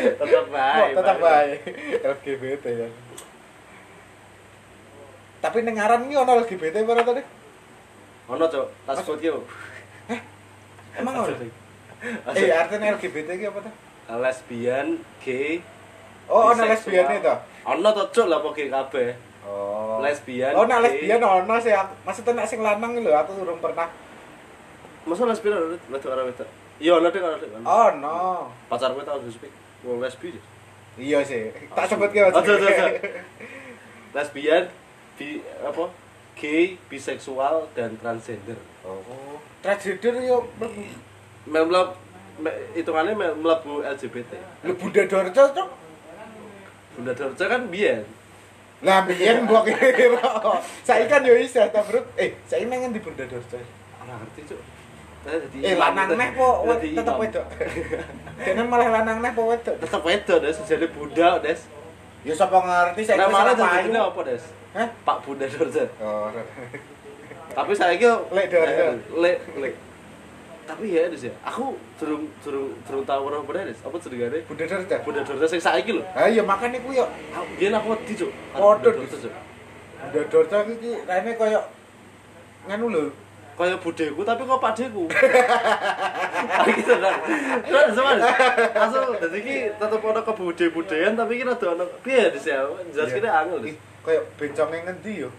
[SPEAKER 3] tetap
[SPEAKER 2] Wah,
[SPEAKER 3] baik
[SPEAKER 2] tetap bae LGBT ya. Tapi ning aran iki ono LGBT apa ora tadi?
[SPEAKER 3] ono cok tas kod yo
[SPEAKER 2] Emang ora? Eh, artinya LGBT iki apa tuh?
[SPEAKER 3] lesbian gay
[SPEAKER 2] Oh, ono
[SPEAKER 3] biseksual.
[SPEAKER 2] lesbiane to?
[SPEAKER 3] ono to cok lah pokoke kabeh
[SPEAKER 2] Oh.
[SPEAKER 3] lesbian
[SPEAKER 2] Oh, nek
[SPEAKER 3] gay.
[SPEAKER 2] lesbian ono sih. aku- Maksudnya nek sing lanang lho, aku urung pernah.
[SPEAKER 3] masa lesbian ono wedok ora wedok iya ono dek ono dek ono.
[SPEAKER 2] Oh, no.
[SPEAKER 3] pacar gue tau speak wong lesbi Des.
[SPEAKER 2] Iya sih. Tak
[SPEAKER 3] Asu.
[SPEAKER 2] sebut ke.
[SPEAKER 3] Asu, asu, asu. lesbian bi apa gay biseksual dan transgender
[SPEAKER 2] Oh. Transgender yo mlebu-
[SPEAKER 3] melap hitungannya mel- melebu LGBT
[SPEAKER 2] lho Bunda Dorce tuh.
[SPEAKER 3] Bunda Dorce kan biyen.
[SPEAKER 2] Lah biyen mbok kira. Saiki kan yo iso ta, Bro. Eh, saiki nang di Bunda Dorce.
[SPEAKER 3] Ora ngerti, Cuk. Saya dadi
[SPEAKER 2] Eh,
[SPEAKER 3] imam,
[SPEAKER 2] lanang
[SPEAKER 3] tetep-
[SPEAKER 2] neh po
[SPEAKER 3] dadi
[SPEAKER 2] tetep
[SPEAKER 3] imam.
[SPEAKER 2] wedok. Dene malah lanang neh po wedok.
[SPEAKER 3] Tetep wedok, Des, jadi Bunda, Des.
[SPEAKER 2] Ya sapa ngerti saiki
[SPEAKER 3] Nah, malah
[SPEAKER 2] salah
[SPEAKER 3] jadi
[SPEAKER 2] payu.
[SPEAKER 3] apa, Des?
[SPEAKER 2] Hah?
[SPEAKER 3] Pak Bunda Dorce.
[SPEAKER 2] Oh.
[SPEAKER 3] Tapi saya iki
[SPEAKER 2] Lek Dorce.
[SPEAKER 3] Eh, Lek, lek. Tapi ya, Des ya. Aku durung durung durung tau ora bener, Des. Apa jenengane?
[SPEAKER 2] Bunda Dorce.
[SPEAKER 3] Bunda Dorce sing saiki lho.
[SPEAKER 2] Ah iya makane ku yo
[SPEAKER 3] Aku biyen aku wedi, Cuk. karo
[SPEAKER 2] Waduh,
[SPEAKER 3] Bunda Dorce, Cuk.
[SPEAKER 2] Bunda Dorce iki rene koyo nganu lho.
[SPEAKER 3] kaya budeku tapi kok padeku Tapi gitu kan terus sama langsung jadi ki tetep ono kebude-budean tapi ki rada ono piye dis ya jelas kene angel dis
[SPEAKER 2] Kayak bencongnya ngendi yo.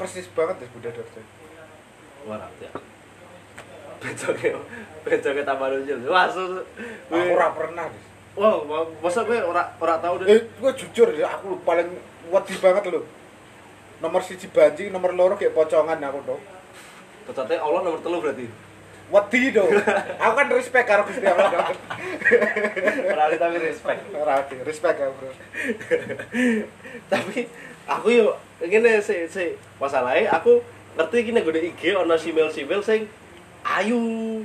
[SPEAKER 2] Persis banget Des Bunda Dorce.
[SPEAKER 3] ora ya becoke becoke tambah lucu wah su-
[SPEAKER 2] Aku ora pernah Des.
[SPEAKER 3] wah ma- masa gue ora ora tahu deh
[SPEAKER 2] Eh, gue jujur ya, aku paling wedi banget loh. Nomor siji banji, nomor loro kayak pocongan aku tuh.
[SPEAKER 3] ternyata Allah nomor telu berarti
[SPEAKER 2] Wedi dong. aku kan respect karo Gusti Allah. dong.
[SPEAKER 3] berarti tapi respect
[SPEAKER 2] Ora wedi, respect aku, Bro.
[SPEAKER 3] tapi aku yo ngene sih sih masalahnya aku ngerti gini gue IG ono simil simil sing ayu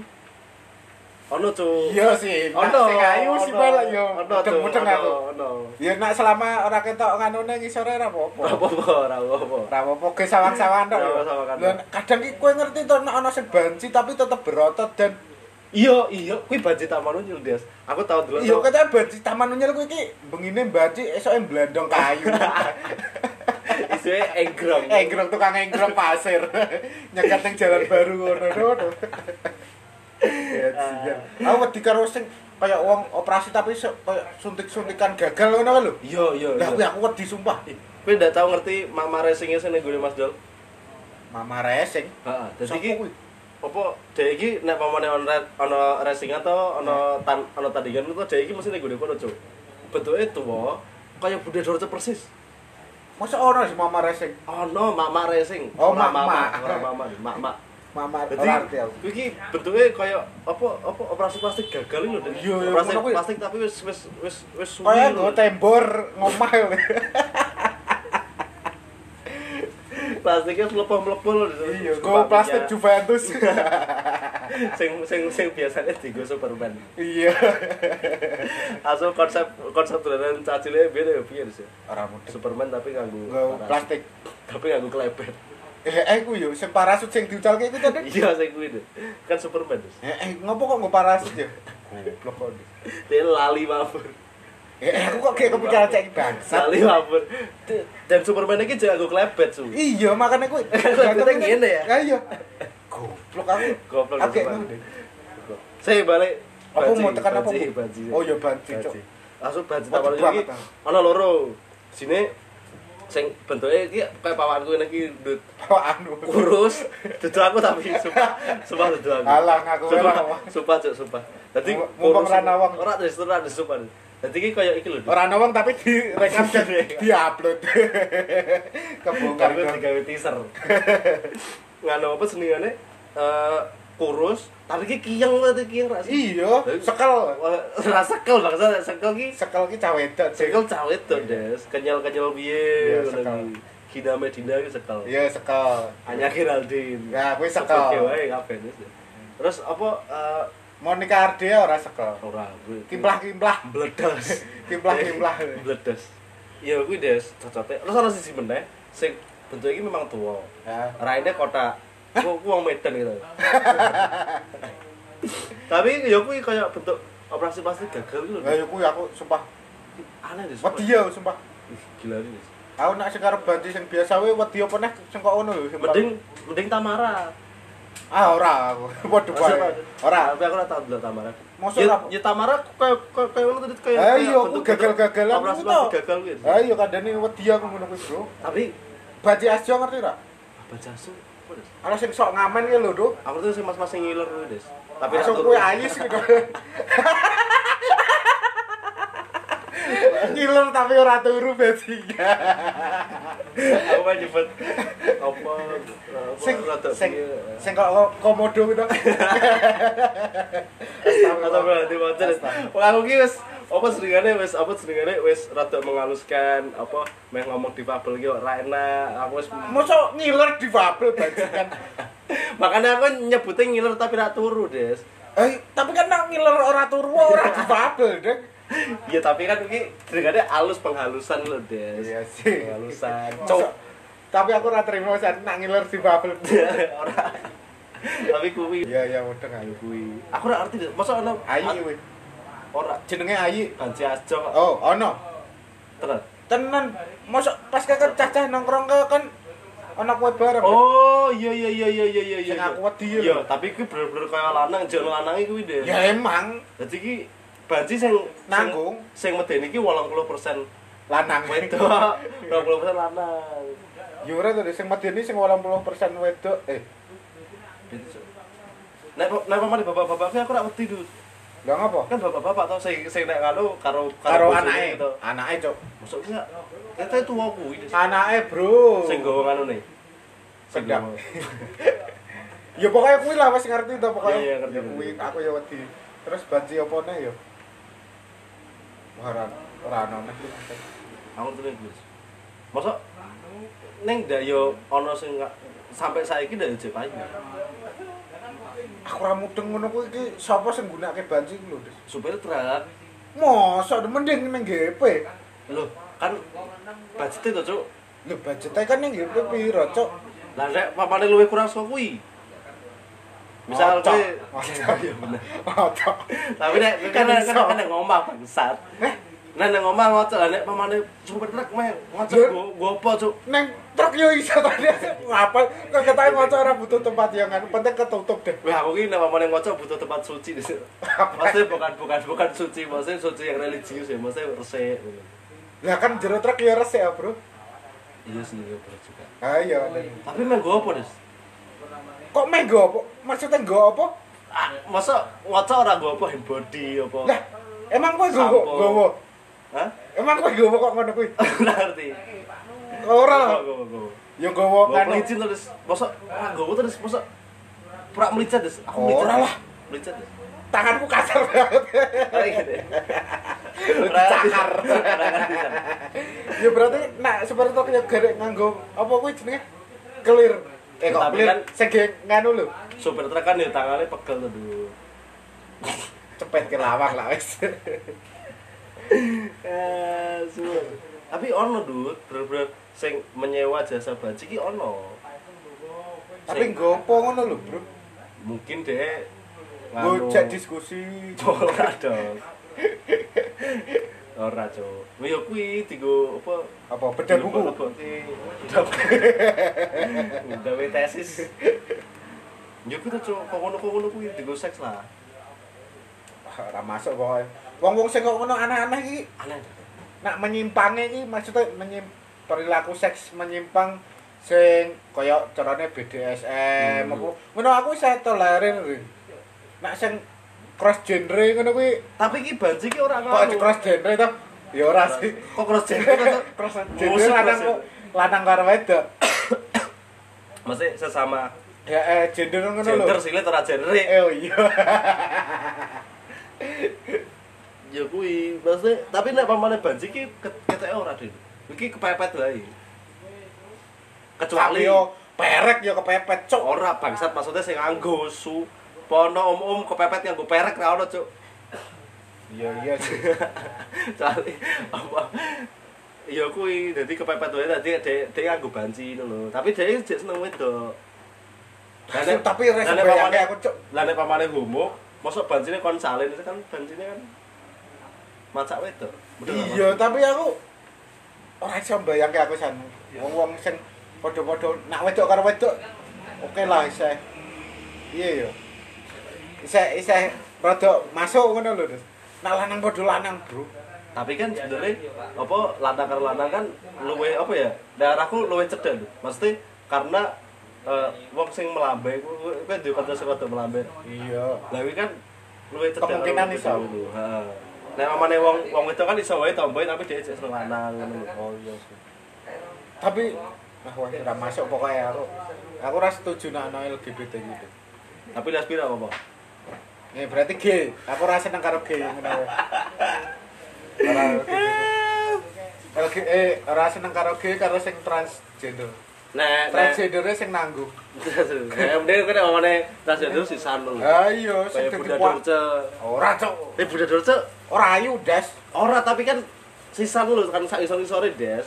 [SPEAKER 3] ono cu
[SPEAKER 2] Iya sih, nak sing ayu sih malah yo.
[SPEAKER 3] ono cu
[SPEAKER 2] Mudeng-mudeng
[SPEAKER 3] ono
[SPEAKER 2] aku.
[SPEAKER 3] ono
[SPEAKER 2] Ya nak selama ora ketok nganone ngisore ora apa-apa.
[SPEAKER 3] apa apa apa
[SPEAKER 2] Ora apa-apa ge sawan-sawan tok. ya.
[SPEAKER 3] Sawan-sawan.
[SPEAKER 2] Lah, kadang ki kowe ngerti to nek ana sing banci tapi tetep berotot dan
[SPEAKER 3] iya iya kui budget taman unyil des aku tahu dulu
[SPEAKER 2] iya katanya banci taman unyil kuwi ki bengine banci esoke blandong kayu.
[SPEAKER 3] isunya enggrong
[SPEAKER 2] Enggrong tukang enggrong pasir. Nyekat nang jalan baru ngono ngono. Ya, sial. Aku wedi karo sing kaya wong operasi tapi se- kaya suntik-suntikan gagal ngono lho.
[SPEAKER 3] iya iya
[SPEAKER 2] Lah kuwi aku wedi sumpah.
[SPEAKER 3] kui ndak tahu ngerti mama racingnya sih gue mas dol
[SPEAKER 2] Mama racing.
[SPEAKER 3] Heeh, jadi
[SPEAKER 2] Sopo
[SPEAKER 3] ki
[SPEAKER 2] kuwi?
[SPEAKER 3] opo dhek iki nek pamane on ono racing atau
[SPEAKER 2] Hmm.
[SPEAKER 3] ono tan ono tandingan itu dhek iki mesti ning gone kono, Cuk. Bentuke tuwa, kaya budhe dorce persis.
[SPEAKER 2] Masa ono sih mama racing?
[SPEAKER 3] Ono mama racing.
[SPEAKER 2] Oh,
[SPEAKER 3] Ora
[SPEAKER 2] Mak-Mak.
[SPEAKER 3] mama, ora mama, mama.
[SPEAKER 2] Mama
[SPEAKER 3] Jadi
[SPEAKER 2] ora arti aku.
[SPEAKER 3] iki bentuke kaya apa apa operasi plastik gagal lho, Dek.
[SPEAKER 2] Iya, iya, Oh,
[SPEAKER 3] Operasi
[SPEAKER 2] ngono kuwi.
[SPEAKER 3] plastik tapi wis wis wis wis suwi Oh
[SPEAKER 2] Kaya
[SPEAKER 3] lho.
[SPEAKER 2] go tembor ngomah lho.
[SPEAKER 3] Plastiknya melepuh-melepuh lho. Dek.
[SPEAKER 2] Iya, go
[SPEAKER 3] Sepatunya.
[SPEAKER 2] plastik Juventus.
[SPEAKER 3] sing sing sing biasanya digo Superman.
[SPEAKER 2] Iya.
[SPEAKER 3] Asal konsep konsep dolanan cacile beda ya piye sih?
[SPEAKER 2] Ora mudeng.
[SPEAKER 3] Superman tapi nganggo
[SPEAKER 2] Go
[SPEAKER 3] parasut.
[SPEAKER 2] plastik.
[SPEAKER 3] Tapi nganggo klebet.
[SPEAKER 2] Eh, eh ku yo sing parasut sing diucalke iku to, Dek.
[SPEAKER 3] Iya saya kuwi deh. Kan Superman terus.
[SPEAKER 2] Eh, eh, ngopo kok nggo parasut ya? Goblok kok. Dek.
[SPEAKER 3] Dia lali mabur.
[SPEAKER 2] Eh, eh, aku kok kayak kepikiran cek bangsa.
[SPEAKER 3] Lali mabur. D- Dan Superman iki juga nganggo klebet su.
[SPEAKER 2] Iya, makanya aku
[SPEAKER 3] Kita ngene ya?
[SPEAKER 2] Lah iya. Goblok aku.
[SPEAKER 3] Goblok
[SPEAKER 2] Aku kayak
[SPEAKER 3] Superman.
[SPEAKER 2] ngono.
[SPEAKER 3] Saya balik.
[SPEAKER 2] Apa
[SPEAKER 3] Banci,
[SPEAKER 2] mau tekan apa,
[SPEAKER 3] banci,
[SPEAKER 2] Bu?
[SPEAKER 3] banci.
[SPEAKER 2] Oh, iya, banci, Cok.
[SPEAKER 3] Langsung banci
[SPEAKER 2] Waduh,
[SPEAKER 3] tambah lagi.
[SPEAKER 2] banget,
[SPEAKER 3] Ana loro. Sini sing bentuknya iki kayak pawanku ini iki ndut
[SPEAKER 2] Apa anu?
[SPEAKER 3] kurus dudu aku tapi sumpah sumpah dudu aku
[SPEAKER 2] Alah, ngaku
[SPEAKER 3] sumpah
[SPEAKER 2] wae.
[SPEAKER 3] sumpah cuk sumpah dadi
[SPEAKER 2] Mu- mumpung ra nawang.
[SPEAKER 3] ora terus ora terus, sumpah dadi iki koyo iki lho Dut.
[SPEAKER 2] Ora ana wong tapi direkam dan diupload. Kebongkar
[SPEAKER 3] Tapi
[SPEAKER 2] itu.
[SPEAKER 3] digawe teaser. Ngano apa senengane eh kurus, tapi ki kiyeng lho kiyeng ra sih.
[SPEAKER 2] Iya, sekel.
[SPEAKER 3] Wah, Ra sekel bangsa sekel ki.
[SPEAKER 2] Sekel ki cah wedok. Cek.
[SPEAKER 3] Sekel cawet to, Des. Kenyal-kenyal
[SPEAKER 2] Iya,
[SPEAKER 3] piye
[SPEAKER 2] sekel.
[SPEAKER 3] ngono ki. Hina Medina ki sekel.
[SPEAKER 2] Iya, sekel.
[SPEAKER 3] Anya Geraldine.
[SPEAKER 2] Ya, kuwi sekel.
[SPEAKER 3] Seperti wae kabeh Des. Terus apa eh
[SPEAKER 2] Monica Ardea ora sekel.
[SPEAKER 3] ora kuwi.
[SPEAKER 2] Kimplah-kimplah.
[SPEAKER 3] bledas.
[SPEAKER 2] Kimplah-kimplah.
[SPEAKER 3] Bledas. Ya kuwi Des, cocote. Terus ana sisi meneh sing bentuke iki memang tuwa.
[SPEAKER 2] Ya.
[SPEAKER 3] Raine kota. Ku ku wong Medan gitu. Tapi ya kuwi kaya bentuk operasi plastik gagal gitu.
[SPEAKER 2] Lah yo kuwi aku sumpah
[SPEAKER 3] Aneh deh. sumpah.
[SPEAKER 2] wedi yo sumpah.
[SPEAKER 3] Ih, Gila ini. Des.
[SPEAKER 2] Aku nak sing karo banci sing biasa wae wedi apa neh sing kok ngono lho. sing
[SPEAKER 3] Mending mending Tamara.
[SPEAKER 2] Ah ora aku. Waduh wae. Ora.
[SPEAKER 3] Tapi aku ora tau dulu Tamara.
[SPEAKER 2] Mosok
[SPEAKER 3] Ya,
[SPEAKER 2] ora apa?
[SPEAKER 3] ya Tamara kaya kaya kaya ngono tadi kaya.
[SPEAKER 2] Ah
[SPEAKER 3] kaya
[SPEAKER 2] iya aku
[SPEAKER 3] bentuk-
[SPEAKER 2] gagal-gagalan
[SPEAKER 3] Operasi
[SPEAKER 2] ngono
[SPEAKER 3] plastik
[SPEAKER 2] to.
[SPEAKER 3] gagal gitu.
[SPEAKER 2] Ah iya kadane wedi aku ngono kuwi, Bro.
[SPEAKER 3] Tapi
[SPEAKER 2] Banci asjo ngerti ora?
[SPEAKER 3] apa jasu? Apa, Des?
[SPEAKER 2] Ana sing sok ngamen ki lho, Duk.
[SPEAKER 3] Aku tuh sing mas-mas sing ngiler kuwi, Des. Tapi ra
[SPEAKER 2] Masuk
[SPEAKER 3] turu.
[SPEAKER 2] kuwi ayis gitu. Ngiler tapi ora turu banci.
[SPEAKER 3] Aku kan nyebut apa apa,
[SPEAKER 2] Sing
[SPEAKER 3] rada
[SPEAKER 2] sing
[SPEAKER 3] piye.
[SPEAKER 2] sing kok komodo gitu.
[SPEAKER 3] Astagfirullah, di motor. Wah, aku ki wis apa senengane wis apa senengane wis rada menghaluskan apa meh ngomong di fabel ki ora enak. Aku wis
[SPEAKER 2] Mosok ngiler di fabel bajingan.
[SPEAKER 3] makanya aku nyebutnya ngiler tapi ra turu, Des.
[SPEAKER 2] Eh, tapi kan nak ngiler ora turu ora di fabel, Dek.
[SPEAKER 3] Ya tapi kan ki senengane halus penghalusan lho, Des.
[SPEAKER 2] Iya sih.
[SPEAKER 3] Penghalusan.
[SPEAKER 2] Mosok-
[SPEAKER 3] Cok.
[SPEAKER 2] Tapi aku ora terima saat nak ngiler di fabel.
[SPEAKER 3] Ora. Tapi kuwi
[SPEAKER 2] Iya, iya mudeng ayu.
[SPEAKER 3] kuwi. Aku ora ngerti, Des. Masa ono
[SPEAKER 2] Ayi kuwi.
[SPEAKER 3] ora
[SPEAKER 2] Jenenge Ayi.
[SPEAKER 3] banci aja kok.
[SPEAKER 2] Oh, ono.
[SPEAKER 3] Terus.
[SPEAKER 2] Tenan. Mosok pas kakek cacah nongkrong ke kan ana kowe bareng.
[SPEAKER 3] Oh, iya iya iya iya iya iya.
[SPEAKER 2] Sing
[SPEAKER 3] iya.
[SPEAKER 2] aku wedi ya.
[SPEAKER 3] Iya, tapi kuwi bener-bener kaya lanang, jek lanang iki kuwi, Dek.
[SPEAKER 2] Ya emang
[SPEAKER 3] Dadi iki banci sing sing-
[SPEAKER 2] Nanggung.
[SPEAKER 3] Sing medeni iki 80%
[SPEAKER 2] lanang
[SPEAKER 3] wedok, 20% lanang.
[SPEAKER 2] Ya ora to sing medeni sing 80% wedok. Eh,
[SPEAKER 3] Gitu, Cuk. Nek nek pamane bapak-bapak kuwi aku ora wedi, Dut.
[SPEAKER 2] lha ngapa?
[SPEAKER 3] Kan bapak-bapak tau sing sing nek karo karo
[SPEAKER 2] Karo
[SPEAKER 3] bojone
[SPEAKER 2] anake.
[SPEAKER 3] gitu.
[SPEAKER 2] Anake, Cuk.
[SPEAKER 3] Masuk kuwi gak? Kete tuwa kuwi. Dek.
[SPEAKER 2] Anake, Bro.
[SPEAKER 3] Sing gowo nganune. Sing
[SPEAKER 2] Kendang.
[SPEAKER 3] gowo.
[SPEAKER 2] Ya pokoknya kuwi lah wis ngerti to pokoknya.
[SPEAKER 3] Iya, iya, ngerti,
[SPEAKER 2] Ya
[SPEAKER 3] ngerti.
[SPEAKER 2] kuwi aku ya wedi. Terus banci opone ya. Wah, ora ora ana neh.
[SPEAKER 3] Aku ngerti Inggris. Masa ning ndak yo ana sing nggak- sampai saiki ndak jek payu.
[SPEAKER 2] Aku ora mudeng ngono kuwi iki sapa sing gunakake banci iki lho, Des.
[SPEAKER 3] Supir truk.
[SPEAKER 2] Mosok mending ning GP.
[SPEAKER 3] Loh, kan budgete to, Cuk.
[SPEAKER 2] Lho budgetnya kan ning GP piro, Cuk?
[SPEAKER 3] Lah nek papane luwih kurang saka kuwi. Misal
[SPEAKER 2] Kocok.
[SPEAKER 3] kuwi
[SPEAKER 2] Kocok.
[SPEAKER 3] Iya, bener.
[SPEAKER 2] Otak.
[SPEAKER 3] Tapi nek nek- kan kan kan nek ngomah bangsat.
[SPEAKER 2] Eh?
[SPEAKER 3] Nek nek ngomah ngocok lah, nek pamane supir truk meh ngocok
[SPEAKER 2] Lho.
[SPEAKER 3] go- go apa, Cuk?
[SPEAKER 2] Neng truk yo iso tadi apa kok ketahe ngocok ora butuh tempat yang kan penting ketutup deh.
[SPEAKER 3] Wah, aku ini nama mana ngocok butuh tempat suci deh. Maksudnya bukan bukan bukan suci, maksudnya suci yang religius ya, maksudnya resik. gitu.
[SPEAKER 2] Lah kan jero truk yo resik ya, Bro.
[SPEAKER 3] Iya sih, iya bener juga.
[SPEAKER 2] Ayo. Neng.
[SPEAKER 3] Tapi main gue apa des?
[SPEAKER 2] Kok meh nggo apa? Maksudnya nggo apa?
[SPEAKER 3] Ah, masa ngocok orang gue apa handbody apa?
[SPEAKER 2] Lah, emang kowe nggo
[SPEAKER 3] Sampo.
[SPEAKER 2] nggo.
[SPEAKER 3] Hah?
[SPEAKER 2] Emang kowe nggo kok ngono kuwi?
[SPEAKER 3] Nggak ngerti.
[SPEAKER 2] Ora lah.
[SPEAKER 3] Gue gue
[SPEAKER 2] Yo nggo
[SPEAKER 3] gue
[SPEAKER 2] kan.
[SPEAKER 3] pelicin tuh des. Masa
[SPEAKER 1] Ah,
[SPEAKER 3] gue tuh des, masa prak melicat des. Aku
[SPEAKER 2] Ora
[SPEAKER 3] melicat.
[SPEAKER 2] lah.
[SPEAKER 3] Melicat des.
[SPEAKER 2] Tanganku kasar banget.
[SPEAKER 3] Kayak gini.
[SPEAKER 2] Dicakar.
[SPEAKER 3] Orang ngerti kan?
[SPEAKER 2] Ya berarti nek seperti truk yo garek nganggo apa kuwi jenenge? Kelir. Eh kok
[SPEAKER 3] Tapi
[SPEAKER 2] kelir
[SPEAKER 3] kan-
[SPEAKER 2] segi nganu lho.
[SPEAKER 3] Supir truk kan ya tangannya pegel tuh dulu.
[SPEAKER 2] Cepet ke lawang lah wis.
[SPEAKER 3] Eh, suwe. Tapi ono dud, bener-bener sing menyewa jasa baji ki ono.
[SPEAKER 2] Tapi nggo apa ngono lho, Bro?
[SPEAKER 3] Mungkin deh
[SPEAKER 2] Gue cek diskusi.
[SPEAKER 3] ora dong. Ora, Cuk. Yo kuwi digo apa?
[SPEAKER 2] Apa beda buku?
[SPEAKER 3] Dilebok-lebokke. Beda buku. Beda we tesis. Yo kuwi tuh kok ngono-kok ngono kuwi digo seks lah.
[SPEAKER 2] Wah, Ora masuk pokoknya. Wong-wong sing kok ngono aneh-aneh iki
[SPEAKER 3] Aneh.
[SPEAKER 2] nak menyimpangnya iki maksudnya menyim perilaku seks menyimpang sing kaya carane BDSM
[SPEAKER 3] Hmm.
[SPEAKER 2] apa. Ngono aku saya tolerir. kuwi. Nak sing cross genre ngono kuwi
[SPEAKER 3] Tapi ki banji ki ora
[SPEAKER 2] kok cross genre ta? Ya ora sih.
[SPEAKER 3] Kok cross gender kan, Cuk?
[SPEAKER 2] Cross genre
[SPEAKER 3] Musik
[SPEAKER 2] lanang
[SPEAKER 3] cross
[SPEAKER 2] kok
[SPEAKER 3] gender.
[SPEAKER 2] lanang karo wedok.
[SPEAKER 3] Maksudnya sesama
[SPEAKER 2] Ya eh, gender ngono lho.
[SPEAKER 3] gender silet ora genre.
[SPEAKER 2] Eh oh iya.
[SPEAKER 3] ya kui maksudnya tapi nek pamane banji ki keteke ora dulu iki kepepet wae kecuali
[SPEAKER 2] Tapi yo perek yo kepepet cok.
[SPEAKER 3] ora bangsat maksudnya sing nganggo su pono om-om kepepet nganggo perek ra ono cuk
[SPEAKER 2] Iya iya sih.
[SPEAKER 3] kecuali apa ya kui dadi kepepet wae dadi dhek dhek nganggo banji ngono lho tapi dhek jek seneng wedok Lah nek-
[SPEAKER 2] Tapi res
[SPEAKER 3] lah nek
[SPEAKER 2] bayangke
[SPEAKER 3] pamane-
[SPEAKER 2] aku cok.
[SPEAKER 3] lah nek pamane homo mosok banjine kon salin itu kan banjine kan macak wedok Bener apa?
[SPEAKER 2] Iya, tapi aku ora iso mbayangke aku san. Wong-wong sing padha-padha nak wedok karo wedok oke lah isih. Iya ya. Isih isih rada masuk ngono lho, Des. Nak lanang padha lanang, Bro.
[SPEAKER 3] tapi kan sebenarnya apa lanang karo lanang kan luwe apa ya daerahku luwe cedek lho mesti karena eh, wong sing melambai ku ku- ku duwe kanca sing rada melambai
[SPEAKER 2] Iya.
[SPEAKER 3] lah kuwi kan luwe cedek
[SPEAKER 2] Kemungkinan iso.
[SPEAKER 3] heeh nek mamane wong wong itu kan iso wae tomboy tapi dia jek seneng lanang ngono lho. oh iya
[SPEAKER 2] Tapi nah wah ora masuk pokoknya aku. Aku ora setuju nak ana LGBT gitu.
[SPEAKER 3] tapi lesbi ora apa
[SPEAKER 2] Ya berarti gay. Aku ora seneng karo gay ngono. wae. Ora LGBT eh ora seneng karo gay karo sing transgender.
[SPEAKER 3] Eh, nek nek
[SPEAKER 2] Transgendernya sing nanggung.
[SPEAKER 3] nek mending kan mamane transgender sisan lho
[SPEAKER 2] Ayo, Ah, sing
[SPEAKER 3] kaya
[SPEAKER 2] dadi
[SPEAKER 3] Bunda
[SPEAKER 2] kuat.
[SPEAKER 3] Dorce
[SPEAKER 2] Ora cok.
[SPEAKER 3] eh Bunda Dorce
[SPEAKER 2] Ora ayu, Des.
[SPEAKER 3] ora tapi kan sisan lho kan sak isor-isore des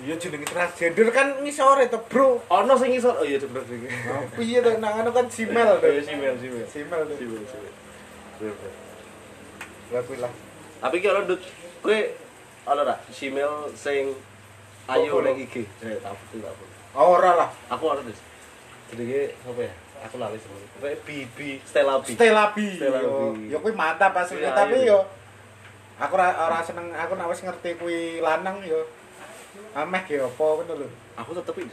[SPEAKER 2] Iya jenenge transgender kan ngisore to, Bro.
[SPEAKER 3] ono sing ngisor oh iya bener iki
[SPEAKER 2] Piye to nang anu kan simel to.
[SPEAKER 3] Iya, simel simel
[SPEAKER 2] Simel to.
[SPEAKER 3] simel simel
[SPEAKER 2] Lah kuwi lah.
[SPEAKER 3] tapi ki ono dut kowe ono ra simel sing ayo
[SPEAKER 2] Apa,
[SPEAKER 3] ning IG eh tak putih tak putih
[SPEAKER 2] Oh, ora lah.
[SPEAKER 3] Aku ora terus. Jenenge apa ya? Aku lali sebelum. Kayak Bibi Stella B.
[SPEAKER 2] Stella B.
[SPEAKER 3] Stella B.
[SPEAKER 2] yo. Yo kuwi mantap asline,
[SPEAKER 3] Iya,
[SPEAKER 2] tapi
[SPEAKER 3] iya.
[SPEAKER 2] yo aku ora ora seneng, aku nek wis ngerti kuwi lanang yo ameh ge opo ngono lho.
[SPEAKER 3] Aku tetep ini.